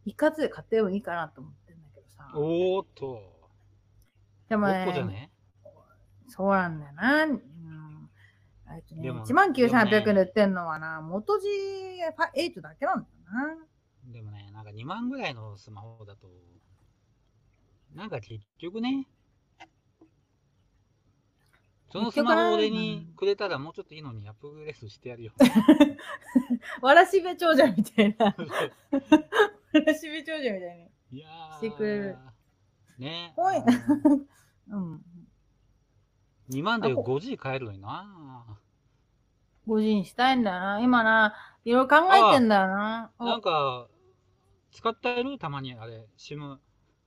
A: 一括で買ってもいいかなと思ってんだけどさ。
B: おーっと。
A: でも
B: 6
A: ね
B: 個じゃね
A: そうなんだよな。うんえっとね、
B: でも
A: 1万9800
B: で
A: 円
B: もね
A: で売ってんのはな、元 G8 だけなんだよな。
B: でもね、なんか2万ぐらいのスマホだと、なんか結局ね、そのスマホを俺にくれたらもうちょっといいのにアップグレードして
A: (laughs)
B: やるよ。
A: わらしべ長者みたいな。 (laughs) わらしべ長者みたいな。
B: いやー。
A: してくれる。
B: ね。
A: おい
B: あの
A: うん。
B: 2万で 5G 買えるのにな。
A: 5時にしたいんだよな。今な、いろいろ考えてんだよな。お
B: なんか、使ってやるたまにあれ、SIM。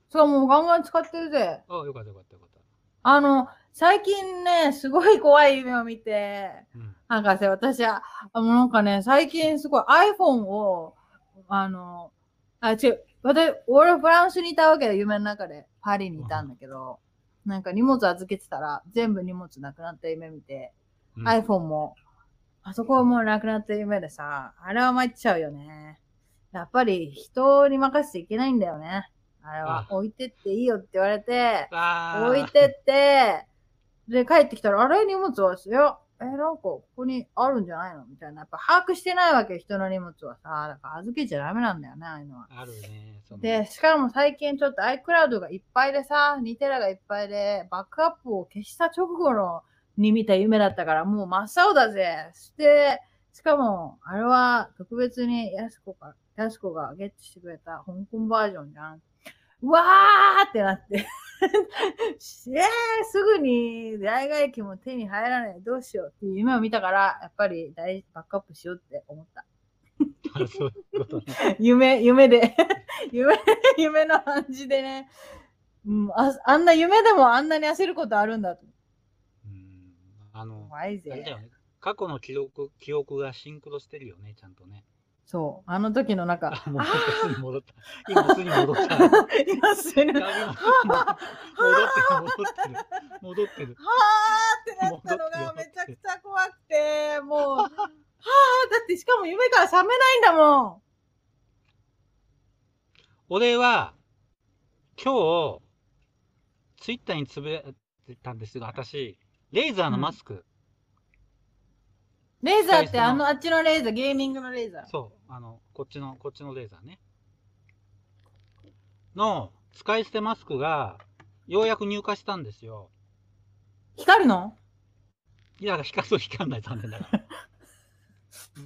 A: そう、もうガンガン使ってるぜ。
B: あ、よかったよかったよかった。
A: あの、最近ね、すごい怖い夢を見て、
B: うん。
A: 博士、私は、あの、なんかね、最近すごい iPhone を、あの、あ、違う、私、俺はフランスにいたわけで、夢の中で、パリにいたんだけど、なんか荷物預けてたら、全部荷物なくなった夢見て、
B: うん
A: iPhone も、あそこはもうなくなった夢でさ、あれは参っちゃうよね。やっぱり人に任せていけないんだよね。あれは
B: あ
A: 置いてっていいよって言われて、
B: あー
A: 置いてって、で、帰ってきたら、あれ荷物は、いや、え、なんか、ここにあるんじゃないのみたいな。やっぱ把握してないわけよ、人の荷物はさ。だから預けちゃダメなんだよね、ああいうのは。
B: あるね。その
A: で、しかも最近ちょっと iCloud がいっぱいでさ、2テラがいっぱいで、バックアップを消した直後のに見た夢だったから、もう真っ青だぜ。して、しかも、あれは特別にやすこが、やすこがゲットしてくれた香港バージョンじゃん。うわーってなって。 (laughs) しえー、すぐに大外機も手に入らない。どうしようっていう夢を見たから、やっぱり大バックアップしようって思った。
B: あ (laughs) そういうことね。
A: 夢、夢で、 (laughs) 夢、夢の感じでね、うんあ、あんな夢でもあんなに焦ることあるんだと。
B: うん。あの、
A: 怖い
B: あれだよ
A: ぜ。
B: ね。過去の記録、記憶がシンクロしてるよね、ちゃんとね。
A: そう、あの時の中、
B: (laughs) あ、もうすに戻った。今すに戻った。戻って
A: 今すぐに、
B: (laughs) る
A: はぁーっ、
B: 戻ってる、戻って
A: て
B: る。
A: なったのが
B: 戻っ
A: め
B: て
A: ちゃくちゃ怖くて、もう、はぁー、だってしかも夢から覚めないんだも
B: 俺は、今日、ツイッターにつぶやいてたんですが、私、レーザーのマスク、
A: ん。レーザーって
B: 最初の
A: あの、あっちのレーザー、ゲーミングのレーザー。
B: そう、あの、こっちの、こっちのレーザーね。の、使い捨てマスクが、ようやく入荷したんですよ。
A: 光るの
B: いや、光そう光んない、残念ながら。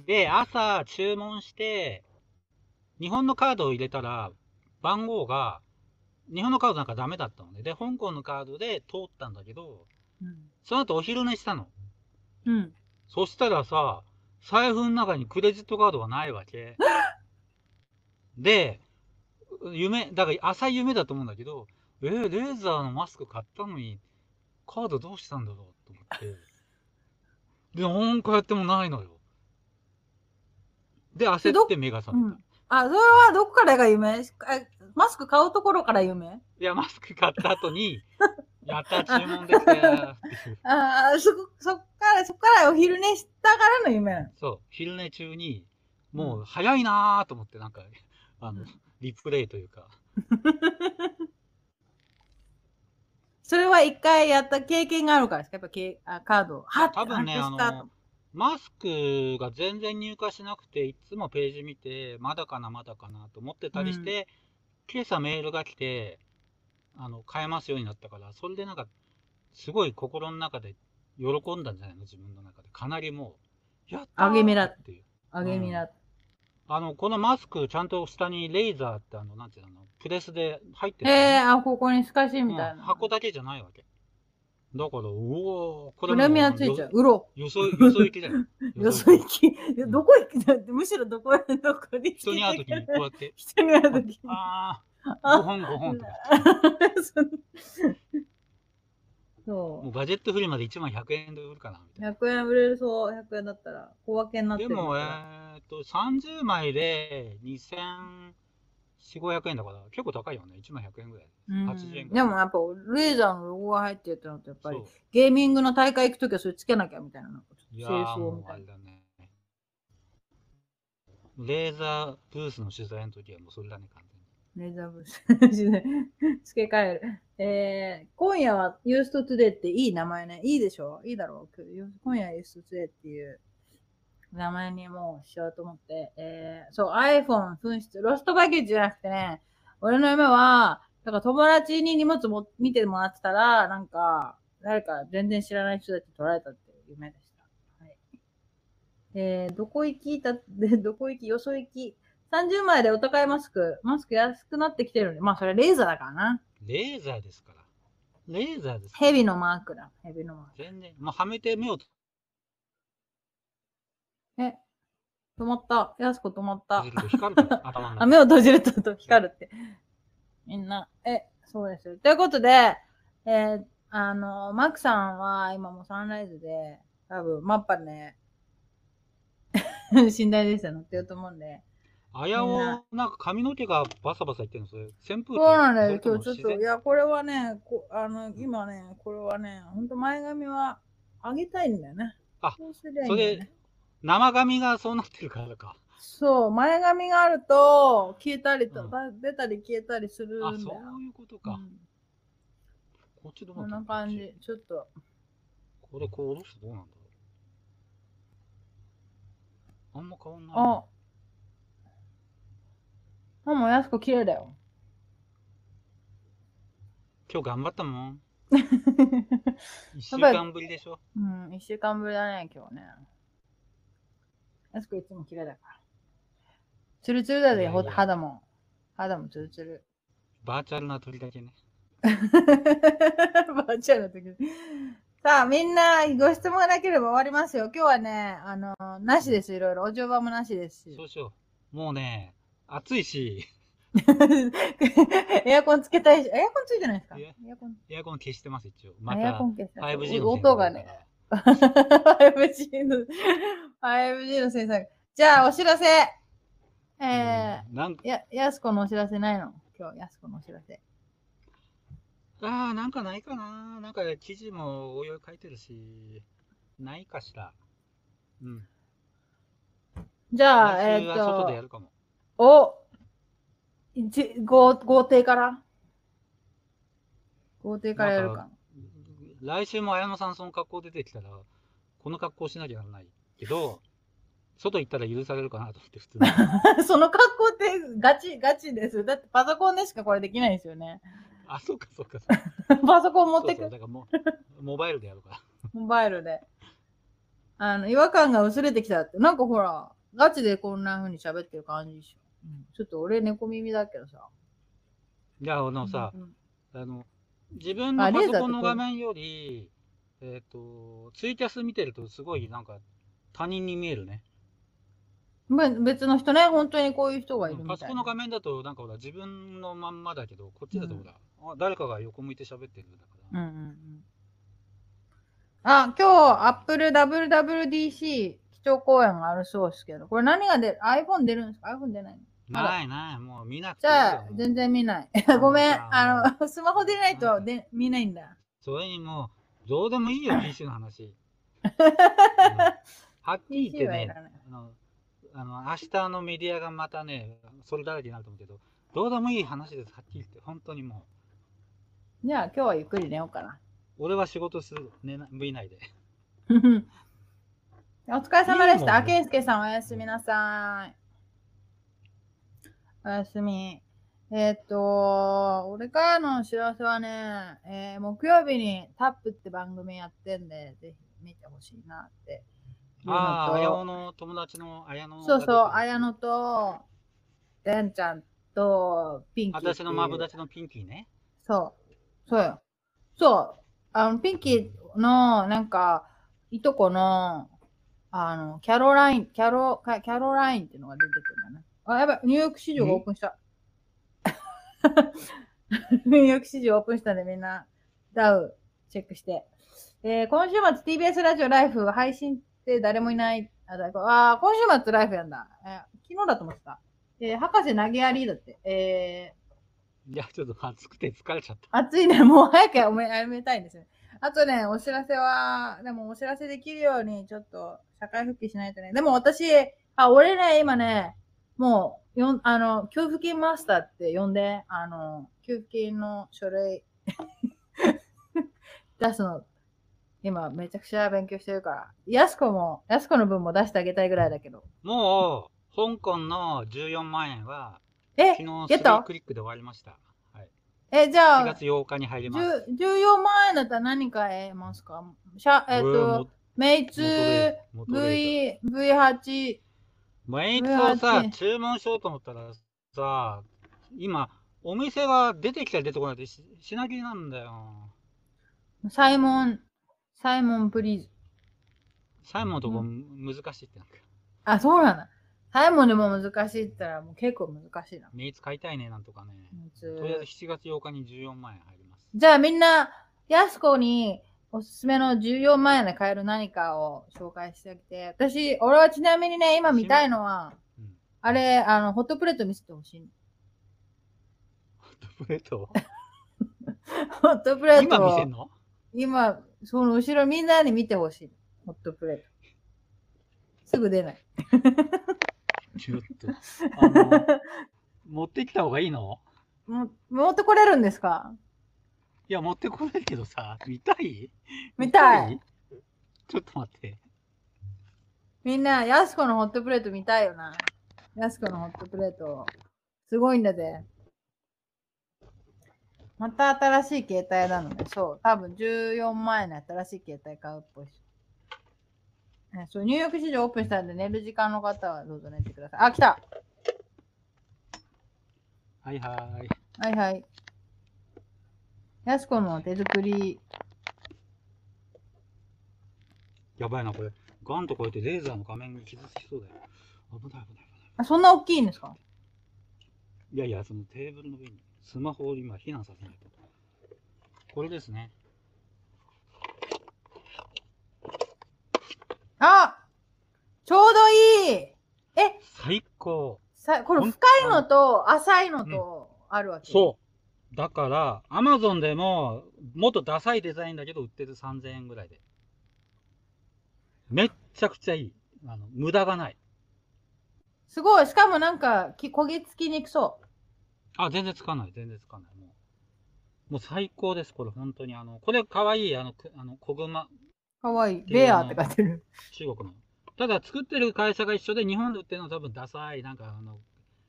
B: で、朝注文して、日本のカードを入れたら、番号が、日本のカードなんかダメだったのね。で、香港のカードで通ったんだけど、
A: うん。
B: その後お昼寝したの。
A: うん。
B: そしたらさ、財布の中にクレジットカードがないわけ。で、夢、だから浅い夢だと思うんだけど、えー、レーザーのマスク買ったのに、カードどうしたんだろうと思って。で、なんかやってもないのよ。で、焦って目が覚めた。
A: うんあ、それはどこからが夢あマスク買うところから夢
B: いや、マスク買った後に、 (laughs) やった、注文できたーっていう。
A: ああ、そこ、そっから、そっからお昼寝したからの夢なの。
B: そう、昼寝中に、もう早いなーと思って、なんか、あ
A: う
B: の
A: ん、
B: リプレイというか。
A: それは一回やった経験があるからですかやっぱけあカードを。はっ
B: 多分ね、
A: な
B: あ
A: くしたと
B: の、マスクが全然入荷しなくて、いつもページ見て、まだかな、まだかなと思ってたりして、今朝メールが来て、あの、買えますようになったから、それでなんか、すごい心の中で喜んだんじゃないの自分の中で。かなりもう、やったー
A: あげめだ
B: っていう。
A: あげみな。
B: あの、このマスク、ちゃんと下にレーザーって、あの、なんていうの、プレスで入って
A: え
B: るのね
A: えー、あ、ここに透かしみたい
B: うん
A: な。
B: 箱だけじゃないわけ。だから、うおーこ
A: プ
B: れ
A: レミアついちゃう
B: よ。
A: うろ。
B: よそ、よそ行きだよ。
A: (laughs) よそ行き。どこ行きだって、むしろどこへ、 (laughs) どこに
B: 人に会うときにこうやって、
A: 人に会うとき。
B: ああ、
A: (laughs) あ
B: 5本5本とか。
A: (laughs) そのそ
B: もうガジェットフリマで1枚100円で売るかな、み
A: う。
B: たい
A: 100円売れるそう、100円だったら、小分けにな
B: な。
A: って
B: で
A: るから。
B: も、えーっと、30枚で2400、500円だから、結構高いよね。1枚100円ぐらい。
A: うん
B: 80円ぐら
A: で
B: い
A: もやっぱレーザーのロゴが入ってるってのってやっぱり
B: そう。
A: ゲーミングの大会行くときはそれつけなきゃみたいななんか
B: い
A: 清
B: やー
A: 掃
B: も
A: み
B: う
A: た
B: あ
A: い
B: れ
A: な
B: だね。レーザーブースの取材の時はもうそれだね、完全に。
A: レーザーブース (laughs) 付け替えるえー、今夜はユーストトゥデイっていい名前ねいいでしょいいだろう今夜はユーストトゥデイっていう名前にもうしようと思って、えー、そう iPhone 紛失ロストバゲージじゃなくてね俺の夢はだから友達に荷物も見てもらってたらなんか誰か全然知らない人たちに取られたっていう夢でした、はいえー、どこ行きだでどこ行きよそ行き30枚でお高いマスク。マスク安くなってきてるので、まあそれレーザーだからな。
B: レーザーですから。レーザーですから。
A: ヘビのマークだ。ヘビのマー
B: 全然。もうはめて目を
A: ク。え、止まった。やすこ止まった
B: 閉じ。ると光るから、頭の中
A: あ、目を閉じると光るって。みんな、え、そうですよ。ということで、えーあの、マークさんは今もうサンライズで、多分、マッパね、 (laughs) 寝台列車乗ってると思うんで。
B: あやお、なんか髪の毛がバサバサいってるの、それ。扇風機
A: そうなんだよ。
B: それ
A: 今日
B: も
A: ちょっ
B: 自
A: と、
B: 然
A: いや、これはね、こあの、今ね、これはね、ほんと前髪は上げたいんだよね。
B: あ
A: そうすりゃいい
B: そ
A: んだよ
B: れ
A: ね。、
B: 生髪がそうなってるからか。
A: そう、前髪があると、消えたりと、
B: うん
A: だ出たり消えたりするんだよ
B: あ、。そういうことか。
A: うん
B: こっちどう
A: こん
B: な
A: な
B: ってる
A: 感じ。ちょっと、
B: これ、こう下ろすとどうなんだろう。あんま変わんないな。
A: あ。あ、もうやすこ綺麗だよ。
B: 今日頑張った
A: (laughs)
B: もん。1週
A: やっぱり
B: 間ぶりでしょ。
A: うん、一週間ぶりだね、今日ね。やすこいつも綺麗だから。ツルツルだ
B: い
A: ぜ、
B: やい
A: ほ
B: や
A: 肌も。肌もツルツル。
B: バーチャルな鳥だけね。
A: (laughs) バーチャルの時さあ、みんな、ご質問なければ終わりますよ。今日はね、あの、なしです、いろいろ。お嬢場もなしですし
B: そ。うしよう。もうね、暑いし、
A: (laughs) エアコンつけたいし、エアコンついてないですか
B: い
A: エ
B: や
A: アコン、
B: エアコン消してます、一応。ま
A: エア
B: た
A: コ、ン消した
B: 5G の
A: 音がね、5G の、5G の制作。じゃあ、お知らせ。
B: え
A: え
B: なんか
A: ー、や、やすこのお知らせないの今日、やすこのお知らせ。
B: ああ、なんかないかな。なんか記事もおいおい書いてるし、ないかしら。うん。
A: じゃあ、
B: 来
A: え
B: 週
A: ーっ
B: は外でや
A: と、
B: るかも。
A: お一豪豪邸から豪邸からやる
B: な
A: か。
B: 来週も綾野さんその格好出てきたら、この格好しなきゃならないけど、外行ったら許されるかなと思って普通
A: (laughs)
B: に。
A: その格好ってガチガチです。だってパソコンでしかこれできないですよね。 (laughs)
B: あ、そうかそうかそうか。
A: パソコン持っ
B: そう
A: て
B: そ
A: く
B: う、だからもう、モバイルでやるから。
A: モバイルで。あの、違和感が薄れてきたって。なんかほら、ガチでこんな風に喋ってる感じでしょ。うんちょっと俺猫耳だけどさ。
B: じゃあ、あのさ、
A: うん
B: あの、自分の
A: あ
B: パ
A: レー
B: ソ
A: ザーって
B: コン
A: こ
B: の
A: う
B: 画面より、えっ、と、ツイキャス見てるとすごいなんか他人に見えるね。
A: まあ別の人ね、本当にこういう人がいるみたいな。
B: パソコンの画面だと、なんかほら、自分のまんまだけど、こっちだとほら、あ誰かが横向いて喋ってるんだから、
A: うんうんうんあ、今日、アップル WWDC 基調講演があるそうですけど、これ何が出る ?iPhone 出るんですか ?iPhone 出ないのあら
B: ないない、もう見なくて
A: じ
B: いいよ
A: ゃあ、全。然見ない。ごめん、あの、 (laughs) スマホ出ないとで見ないんだ。
B: それにもう、どうでもいいよ、PC の話。
A: (laughs)
B: うんはっきり言って
A: PC はい
B: ね
A: ら、ない。
B: あの、あの明日のメディアがまたね、それだらけになると思うけど、どうでもいい話です、はっきり言って、本当にも
A: じゃあ、今日はゆっくり寝ようかな。
B: う。俺は仕事する、寝な向いないで。
A: (laughs) お疲れ様でし
B: いいもんね
A: た。あけんすけさん、おやすみなさい。おやすみ。えーっと、俺からのお知らせはね、えー木曜日にタップって番組やってんで、ぜひ見てほしいなっていうのと。
B: ああ、綾野の友達の綾野が
A: そうそう、
B: 出てる
A: 綾野と、でんちゃんと、ピンキーっていう。
B: 私のマブダチのピンキーね。
A: そう。そうよ。そう。あの、ピンキーの、なんか、いとこの、あの、キャロライン、キャロ、かキャロラインっていうのが出てくるんだね。あ、やばい、ニューヨーク市場がオープンした。 (laughs) ニューヨーク市場オープンしたんで、みんな、ダウ、チェックして。えー今週末 TBS ラジオライフ配信って誰もいない。あ、だあー今週末ライフやんだ。えー昨日だと思ってた。えー博士投げやりだって。えー
B: いや、ちょっと暑くて疲れちゃった。
A: 暑いね。もう早くやめやめたいんですね。あとね、お知らせは、でもお知らせできるように、ちょっと、社会復帰しないとね。でも私、あ、俺ね、今ね、もう、よん、あの、給付金マスターって呼んで、あの、給付金の書類、出すの、今、めちゃくちゃ勉強してるから。安子も、安子の分も出してあげたいぐらいだけど。
B: もう、香港の14万円は、
A: え
B: 昨日、
A: ゲ
B: ス
A: ッ
B: リー
A: ト
B: クリックで終わりました。はい、
A: え、じゃ
B: 4
A: あ
B: 月、8日に入ります。
A: 10 14万円だったら何買えますかしゃ、えっ、
B: これは
A: と、メイツ
B: も、元レ
A: V、V8、
B: メイツをさ
A: うわ、
B: 注文しようと思ったらさ、今、お店が出てきたり出てこないってし品切れなんだよ。
A: サイモン、サイモンプリーズ。
B: サイモンのとこ、
A: う
B: 難しいってなんか、
A: あ、そうなんだ。サイモンでも難しいって言ったらもう結構難しいな。
B: メイツ買いたいね、なんとかね。
A: メイツ
B: とりあえず7月8日に14万円入ります。
A: じゃあみんな、やすこにおすすめの14万円で買える何かを紹介してあげて。私、俺はちなみにね、今見たいのは、
B: うん、
A: あれ、あの、ホットプレート見せてほしい。
B: ホットプレートを
A: ホットプレー
B: 今
A: ト
B: 見せ
A: を
B: ん、の
A: 今、その後ろみんなに見てほしい。ホットプレート。すぐ出ない。
B: ちょっ
A: (laughs)
B: と、あの、持ってきた方がいいの
A: も持ってこれるんですか
B: いや、持ってこないけどさ、見たい
A: 見たい。
B: ちょっと待って。
A: みんな、やすこのホットプレート見たいよな。やすこのホットプレート。すごいんだぜ。また新しい携帯なのね。そう。多分14万円の新しい携帯買うっぽいし。えそう、ニューヨーク市場オープンしたんで寝る時間の方はどうぞ寝てください。あ、来た
B: はいはい。
A: はいはい。やすこの手作り。
B: やばいな、これ。ガンとこうやってレーザーの画面に傷つきそうだよ。危ない危ない危ない。
A: あ、そんな大きいんですか
B: いやいや、そのテーブルの上にスマホを今避難させないと。これですね。
A: あちょうどいいえ
B: 最高。
A: さこれ
B: ほん
A: 深いのと浅いのとあるわけ、
B: そう。だから、アマゾンでも、もっとダサいデザインだけど売ってる3000円ぐらいで。めっちゃくちゃいい。あの、無駄がない。
A: すごいしかもなんかき焦げ付きにくそ
B: あ、全然つかない、全然つかない。もう、もう最高です、これ、本当に。あの、これ、かわいい、あの、くあの、子熊、
A: うかわいい
B: っていう
A: ベ
B: の
A: アって書いてる
B: 中国の。ただ、作ってる会社が一緒で、日本で売ってるのは多分ダサい、なんか、あの、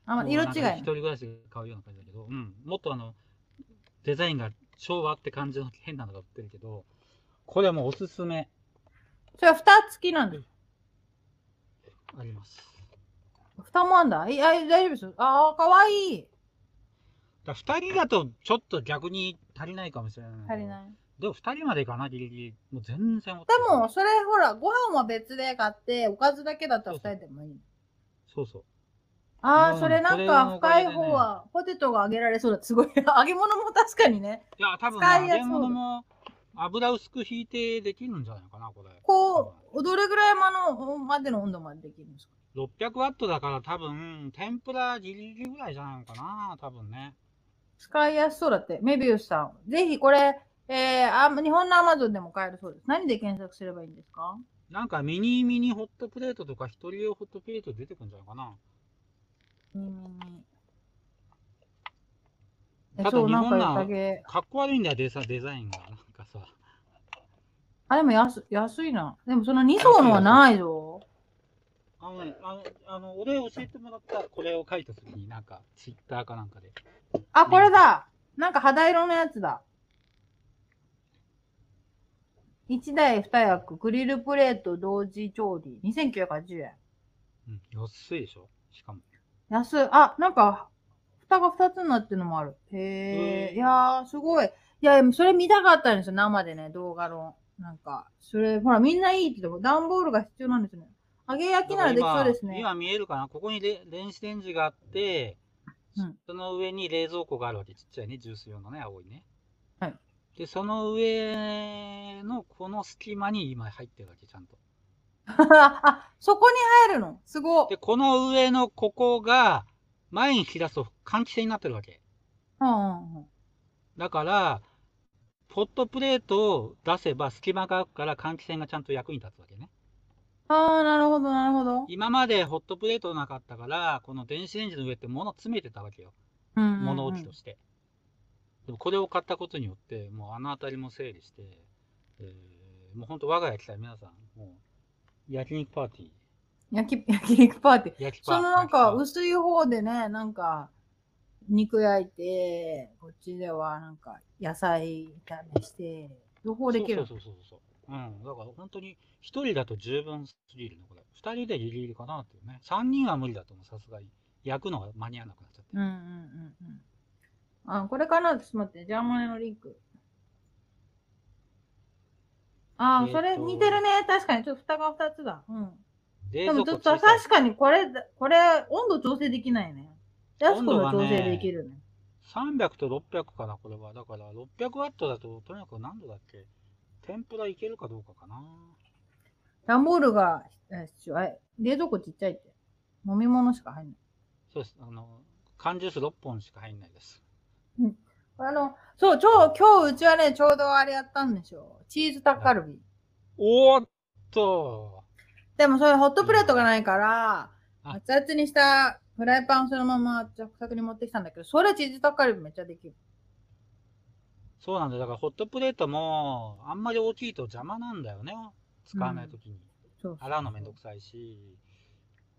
A: あ、まあ、
B: もう
A: 色
B: なん
A: 違い
B: か一
A: ね
B: 人暮らしで買うような感じだけど、うん、もっとあの、デザインが昭和って感じの変なのが売ってるけど、これはもうおすすめ
A: それは蓋付きなんです
B: あります。
A: 蓋もあんだいや大丈夫ですよあーかわいい
B: だ2人だとちょっと逆に足りないかもしれない。
A: 足りない
B: でも2人までかな、ギリギリ。もう全然持って
A: で
B: ない
A: もそれほらご飯は別で買っておかずだけだったら2人でもいい
B: そうそう。
A: あ
B: う
A: あ、
B: ん
A: それな
B: そ
A: ん
B: れ
A: か
B: のおか
A: 深
B: げ
A: い
B: でね
A: 方はポテトが揚げられそうだ。すごい。 (laughs) 揚げ物も確かにね。
B: いや、多分
A: 使
B: 揚
A: いやす
B: げ
A: そう
B: 物も油薄く引いてできるんじゃないかな、これ。
A: こう、どれぐらいまのまでの温度までできるんですか
B: 600ワットだから多分、天ぷらギリギリぐらいじゃないのかな、多分ね。
A: 使いやすそうだって。メビウスさん。ぜひこれ、えー、あ日本のアマゾンでも買えるそうです。何で検索すればいいんですか
B: なんかミニミニホットプレートとか一人用ホットプレート出てくるんじゃないかな。
A: 耳
B: ただ
A: そう、
B: 日
A: なん
B: 本
A: か
B: の
A: 良
B: は
A: さげ。
B: かっこ悪いんだよ、デザデザインが。なんかさ。
A: あ、でも安安いな。でもその2層のはないぞ。
B: あのね、あの、あの俺教えてもらったこれを書いた時になんか、ツイッターかなんかで、
A: あ、これだ。なんか肌色のやつだ。1台2役、グリルプレート同時調理。2980円。
B: うん、安いでしょしかも。
A: 安い。あ、なんか、蓋が2つになってるのもある。へ
B: う
A: え。
B: ん
A: いやー、すごい。いや、それ見たかったんですよ。生でね、動画の。なんか、それ、ほら、みんないいって言っても、段ボールが必要なんですね。揚げ焼きならできそうですね。
B: 今今見えるかなここにれ電子レンジがあって、
A: うん
B: その上に冷蔵庫があるわけ。ちっちゃいね、ジュース用のね、青いね。
A: はい。
B: で、その上のこの隙間に今入ってるわけ、ちゃんと。
A: (laughs) あ、そこに入るのすごっ
B: で、。この上のここが前に引き出すと換気扇になってるわけ。
A: うんうんうん。
B: だから、ホットプレートを出せば隙間があるから換気扇がちゃんと役に立つわけね。
A: ああ、なるほど、なるほど。
B: 今までホットプレートなかったから、この電子レンジの上って物詰めてたわけよ。物
A: 物
B: 置として。でもこれを買ったことによって、もうあの辺りも整理して、えーもう本当我が家来たら皆さん、もう焼肉パーティー。
A: 焼き、 (laughs) 焼肉パーティー。
B: 焼きパー
A: そ
B: ティ
A: の
B: ー。
A: なんか、
B: 焼き
A: 薄い方でね、なんか、肉焼いて、こっちではなんか、野菜炒めして、両
B: パ
A: 方
B: ー
A: できる。
B: そうそうそうそうそう。うん。だから本当に、一人だと十分すぎるね、これ。二人でギリギリかなっていうね。三人は無理だと思う、さすがに。焼くのが間に合わなくなっちゃって。
A: うんうんうんうん。あ、これかなちょっと待って、ジャーマネのリンク。あ
B: えー
A: ー、
B: と
A: それ似てるね。確かに、ちょっと蓋が2つだ。うん。
B: 冷
A: でも
B: 蔵
A: ちょ
B: 庫
A: っと
B: 小さい
A: 確かにこれ、これ、温度調整できないね。やすこの
B: 温度
A: 調
B: がね
A: 整できるね。
B: 300と600かな、これは。だから、600ワットだと、とにかく何度だっけ天ぷらいけるかどうかかな。
A: 段ボールが、え必要あれ冷蔵庫ちっちゃいって。飲み物しか入んない。
B: そうです。あの、缶ジュース6本しか入んないです。
A: これあの、そう、超、今日うちはね、ちょうどあれやったんでしょ。チーズタッカルビ。
B: おーっと
A: でもそれホットプレートがないから、
B: あ
A: 熱々にしたフライパンをそのまま着作に持ってきたんだけど、それチーズタッカルビめっちゃできる。
B: そうなんだよ。だから、ホットプレートも、あんまり大きいと邪魔なんだよね。使わないときに。
A: そうそう
B: 洗うのめんどくさいし。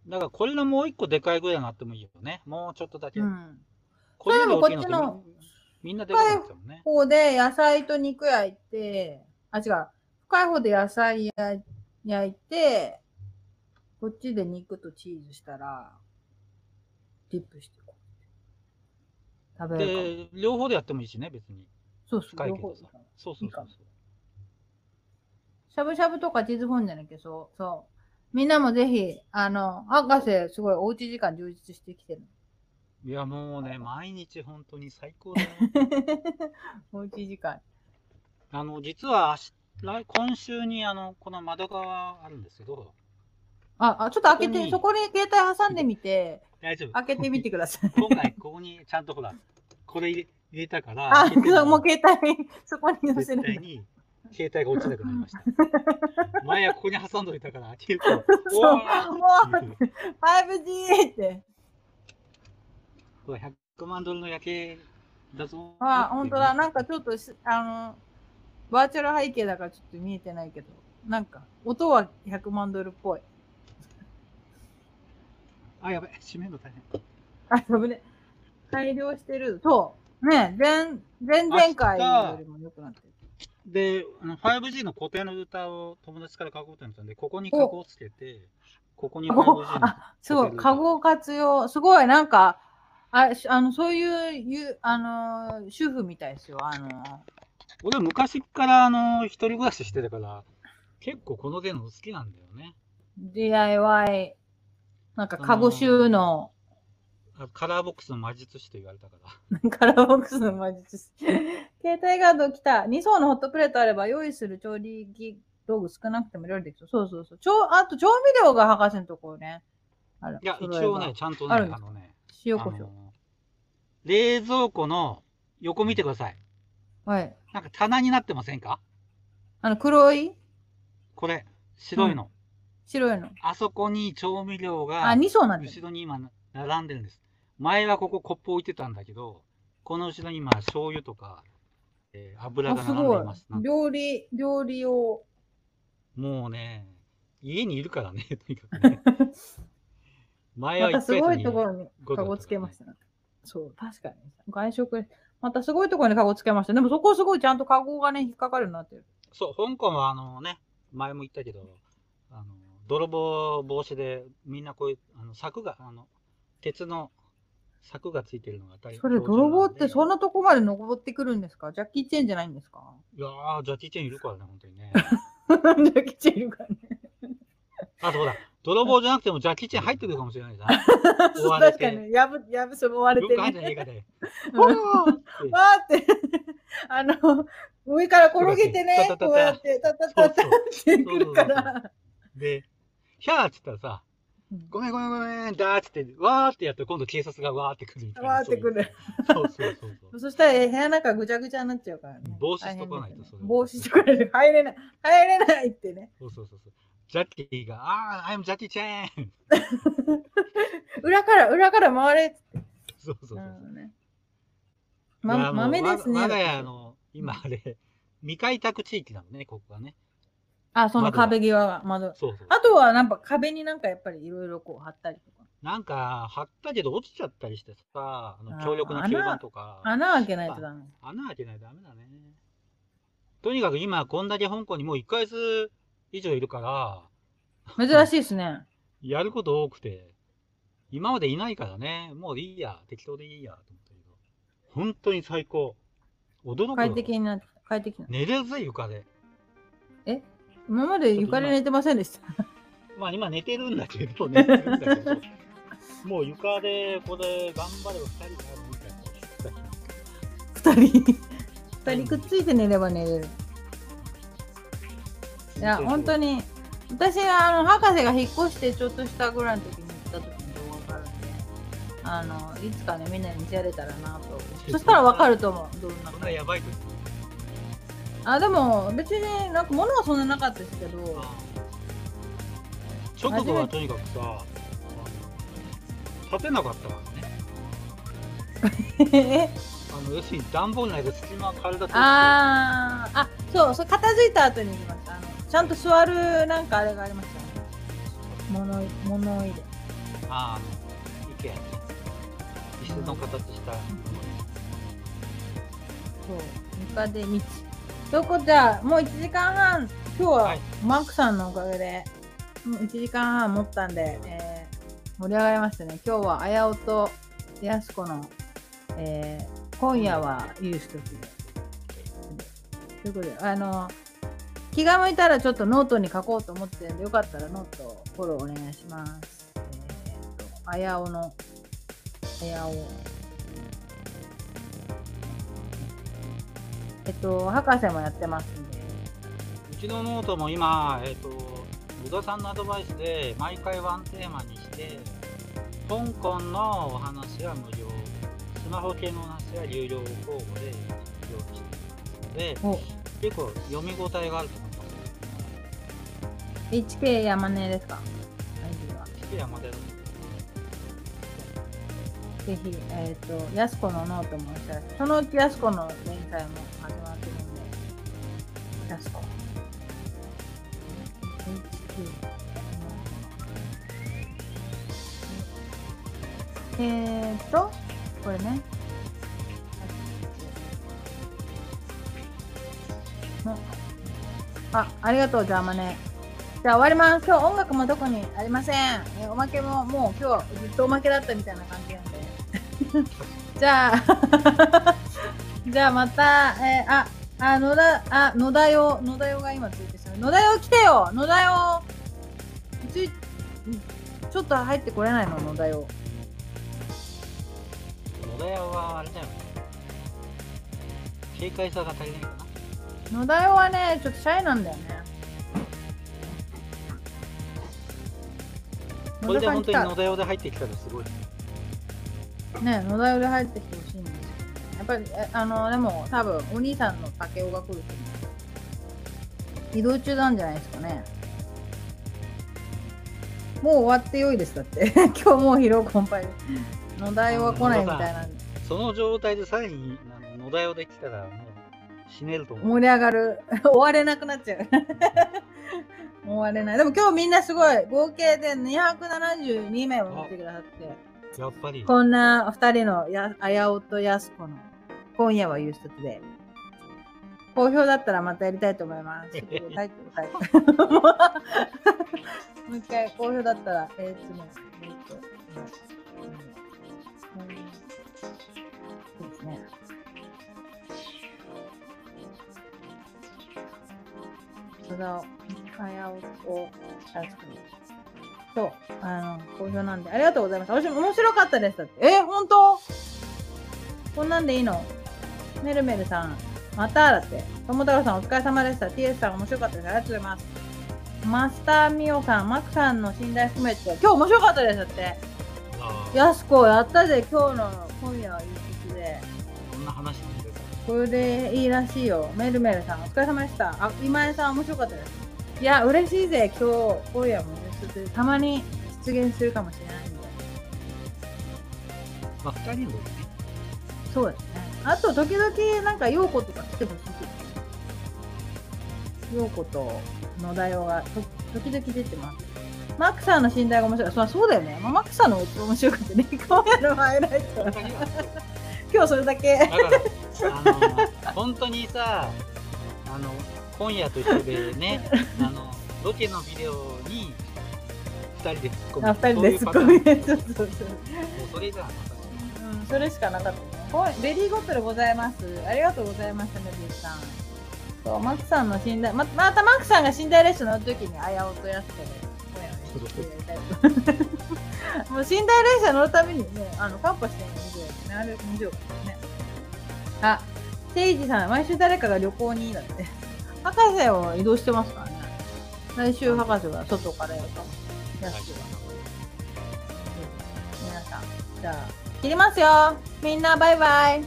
B: だから、これのもう一個でかいぐらいのあってもいいよね。もうちょっとだけ。
A: うん。
B: これより大きいの
A: それでもこっ
B: ってみんみんなでかいってたもんね。
A: ここで野菜と肉焼いて、あ、違う。深い方で野菜や焼いて、こっちで肉とチーズしたら、ディップしてこう。食べるかも。
B: で、両方でやってもいいしね、別に。
A: そうそう、
B: 深い
A: 両
B: けど
A: 方
B: さ。そうそうそうそう。
A: しゃぶしゃぶとかチーズフォンじゃなきゃそう。そう。みんなもぜひ、あの、博士、すごいおうち時間充実してきてる。
B: いや、もうね、毎日本当に最高だよ。
A: (laughs) おうち時間。
B: あの、実は明日、来今週に、あの、この窓側あるんですけど、
A: あ、あちょっと開け
B: ここ
A: て、
B: に
A: そこに携帯挟んでみて、
B: 大丈夫。
A: 開けてみてくだ
B: (laughs)
A: さい。
B: 今回、ここにちゃんとほら、これ入れ入れたから、
A: あ、
B: 開けて
A: そうもう携帯、そこに載せる
B: 絶
A: んだ
B: 対。に携帯が落ちなくなり
A: (laughs)
B: ました。前はここに挟んどいたから、開けると、
A: そう、
B: おー
A: もう 5G って。
B: これ100万ドルの夜景だぞ。
A: あ、本当だ。なんかちょっとし、あの、バーチャル背景だからちょっと見えてないけど、なんか、音は100万ドルっぽい。
B: あ、やべ、閉めるの大変。
A: あ、ぶね。改良してる。そう。ね、前、前々回よりも良くなってる。
B: で、あの 5G の固定の歌を友達から書こうと思ったんで、ここにカゴをつけて、ここに 5G
A: お
B: の。
A: あ、すごい。カゴ活用。すごい。なんか、あれ、しあの、そういう、ゆあのー、主婦みたいですよ。あのー、
B: 俺昔からあの、一人暮らししてたから、結構この手の好きなんだよね。
A: DIY。なんか、カゴ収納。
B: あカラーボックスの魔術師と言われたから。
A: カラーボックスの魔術師。 (laughs) 携帯ガード来た。2層のホットプレートあれば用意する調理道具少なくても料理できそう。そうそうそう。調あと調味料が博士のところね。ある
B: いや、一
A: 揃えば
B: 応ね、ちゃんとね、
A: あ
B: あ
A: るんです
B: のね、
A: 塩
B: あ
A: コショウ。
B: の冷蔵庫の横見てください。
A: はい。
B: なんか棚になってませんか
A: あの、黒い
B: これ、白いの。
A: 白いの。
B: あそこに調味料
A: あ、
B: が、
A: 2層になって
B: 後
A: る。
B: ろに今、並んでるんです。前はここコップ置いてたんだけど、この後ろに今、醤油とか、えー油
A: あ、
B: が
A: す
B: 並んでい
A: ご
B: ます。
A: い。料理、料理用。
B: もうね、家にいるから
A: (laughs)
B: ね、とにかくね。前は
A: ま
B: 一
A: たす
B: 回
A: ごいところにカゴつけましたね。そう、確かに。外食、またすごいところにカゴつけました。でもそこすごいちゃんとカゴがね、引っかかるようになってる。
B: そう、香港はあのね、前も言ったけど、あの泥棒防止でみんなこういうあの柵が、あの鉄の柵がついてるのが当たり
A: それ、泥棒ってそん
B: な
A: なとこまで登ってくるんですかジャッキー・チェンじゃないんですか
B: いやー、ジャッキーチェンいるからね、本当にね。
A: ジャッキー・チェンいるからね。
B: あとほら、泥棒じゃなくてもジャッキーチェン入ってくるかもしれないじゃん。追われ
A: 確
B: て
A: かに、やぶ、やぶ、 (laughs) そばわれ
B: よ
A: て
B: く入って
A: ね。
B: ない方
A: (laughs)
B: で。
A: ほらわーって、あの、上から転げてね、
B: そうだ
A: こうやって、たたたたってくるか
B: そう
A: ら。
B: で、ひゃーっつったらさ、
A: うん
B: ごめんごめんごめん、だーっつって、わーってやったら今度警察がわーってくるみたいな。
A: わーってくる
B: そういう。そうそうそうそう。
A: そしたらえ部屋の中ぐちゃぐちゃになっちゃうからね。
B: 防止しとかな
A: 大
B: いと
A: 変です
B: そ
A: よ
B: れ
A: ね
B: は
A: 防止しとかないと入れない。入れないってね。
B: そうそうそうそう。ジャッキーが、あー、I'm ジャッキーチェーン
A: 裏から、裏から回れって。
B: そうそうそう
A: なる
B: そ
A: ほ
B: う。
A: どね。
B: いやも
A: ま、
B: う
A: 豆ですね。
B: わ我が家の、今あれ、未開拓地域なのね、ここがね。
A: あ、その
B: 窓が
A: 壁際が窓。
B: そうそう。
A: あとは、なんか壁になんかやっぱりいろいろこう貼ったりとか。
B: なんか、貼ったけど落ちちゃったりしてさ、あ
A: あ
B: の
A: ー
B: 強力な吸盤とか。
A: 穴開けないとダメ。
B: 穴開けないとダメだね。とにかく今、こんだけ香港にもう1ヶ月以上いるから、
A: 珍しいですね。
B: やること多くて、今までいないからね、もういいや、適当でいいや、と思ったけど、本当に最高。驚く
A: 快
B: よ。
A: 適になって、快適な。
B: 寝れるぜ、床で。
A: 今まで床で寝てませんでした。
B: まあ今寝てるんだけど、
A: (laughs)
B: 寝てるんだけど、もう床で、これ、頑張れば2人でやるみたいな。
A: 二人。二人くっついて寝れば寝れる。いや、本当
B: に。
A: に、私はあの博士が引っ越してちょっとしたぐらいの時に行った時に動画があるんで、あのいつかね、みんなに見せられたらなと。そしたらわかると思う、どんな
B: そん
A: の
B: なやばいと
A: あ、でも、別になんか物はそんななかったですけど、
B: 直後はとにかくさ、立てなかったからね。あの要するに段ボール内で隙間を体とあ
A: (laughs) あー、あ、そう、それ片付いた後に行きました。あのちゃんと座るなんかあれがありましたね。物入れ物入れ。
B: あの、意見。椅子の形した。
A: そう、床で道。ということじゃあ、もう1時間半、今日ははいマークさんのおかげで、もう1時間半持ったんで、えー盛り上がりましたね。今日は、あやおとやすこの、えー今夜はユースときで。ということで、あの、気が向いたらちょっとノートに書こうと思ってるんで、よかったらノートフォローお願いします。えーと、あやおの、あやお。えっと、博士もやってますんで。
B: うちのノートも今、えっ、と、宇田さんのアドバイスで、毎回ワンテーマにして、香港のお話は無料、スマホ系のお話は有料を交互で、無料にしていますので、
A: お
B: 結構読み応えがあると思います
A: HK 山根ですか ?ID は。
B: 好きなモデル
A: ぜひ、えっ、と、やすこのノートもおっしゃる。そのうちやすこの連載も始まってるんで、やすこ。HK えっ、ー、と、これね。のあ、ありがとう、じゃあ、まね。じゃあ終わります。今日音楽も特にありません。えおまけももう今日ずっとおまけだったみたいな感じなんで。じゃあ、 (laughs) じゃあまた、えーあ、あ、野田、あ、野田よ、野田よが今ついてしまう。野田よ来てよ野田よつい、んちょっと入ってこれないの野田よ。
B: 野田屋はあれだよね軽快さが足りないかな
A: 野田よはね、ちょっとシャイなんだよね。
B: これで本
A: 野田
B: 当に
A: さん来た
B: 野田屋で入ってきたらすごい
A: ね野田より入ってきてほしいんですけどねやっぱりえあのでも多分お兄さんの竹雄が来ると思う移動中なんじゃないですかねもう終わってよいですだって (laughs) 今日もう疲労困憊で野田よは来ないみたいなんで
B: その状態でさらにあの野田屋で来たらもう死ねると思う
A: 盛り上がる (laughs) 終われなくなっちゃう (laughs) 終われないでも今日みんなすごい合計で272名も来てくださって
B: やっぱり。
A: こんな二人のや、あやおとやすこの今夜は夕食で、好評だったらまたやりたいと思います。ちょっとタイトルタイトルもう一回、好評だったら、えー、ちょっと待って、えーっと、うんうんそうですね。その、あやおとやすこのそう、あの、好評なんで、ありがとうございます。私も面白かったです。だってえー、本当こんなんでいいのメルメルさん、まただって。友太郎さん、お疲れ様でした。TS さん、面白かったです。ありがとうございます。マスターミオさん、マクさんの信頼含めて、今日面白かったです。だって。
B: あー
A: やすこ、やったぜ、今日の、今夜はいい曲で。
B: そんな話なんですね。
A: これでいいらしいよ。メルメルさん、お疲れ様でした。あ、今井さん、面白かったです。いや、嬉しいぜ、今日、今夜も嬉しいですたまに出現するかもしれないんで。
B: まあ、二人もね。
A: そうですね。あと、時々、なんか、陽子とか来てほしい。陽子と野田洋が、と時々出てます。マックさんの信頼が面白い。そうそうだよね。まあマックさんの面白かったね。今夜のハイライト。
B: 二人は
A: 今日そ
B: そう
A: れだけ。
B: だから、あの、本当にさ、あの、今夜と一緒で (laughs) ね、あの、ロケのビデオに、二人で突っ込む。
A: あ、二人でツッコ
B: そうい
A: ミ
B: うパター
A: そ
B: ン。
A: うそうそう。
B: もうそれじゃあ、私。
A: うん、それしかなかったね。はい、レディーゴットでございます。ありがとうございました、メビーさん。そう、マックさんの寝台、ま、またマックさんが寝台列車の時に、あやおとやすけで、今夜はねやりたいともう寝台列車乗るためにね、あの、カンパしてるの見ようね。あれ見ようからね。あ、せいじさん、毎週誰かが旅行にだって。博士を移動してますからね。来週博士が外からやるかも。やすけが。皆さん、じゃあ、切りますよみんな、バイバイ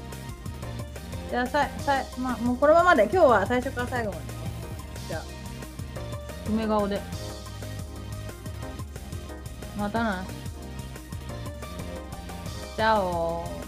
A: じゃあ、さい、さい、まあ、もうこのままで、今日は最初から最後まで。じゃあ、梅顔で。またな。じゃあおー。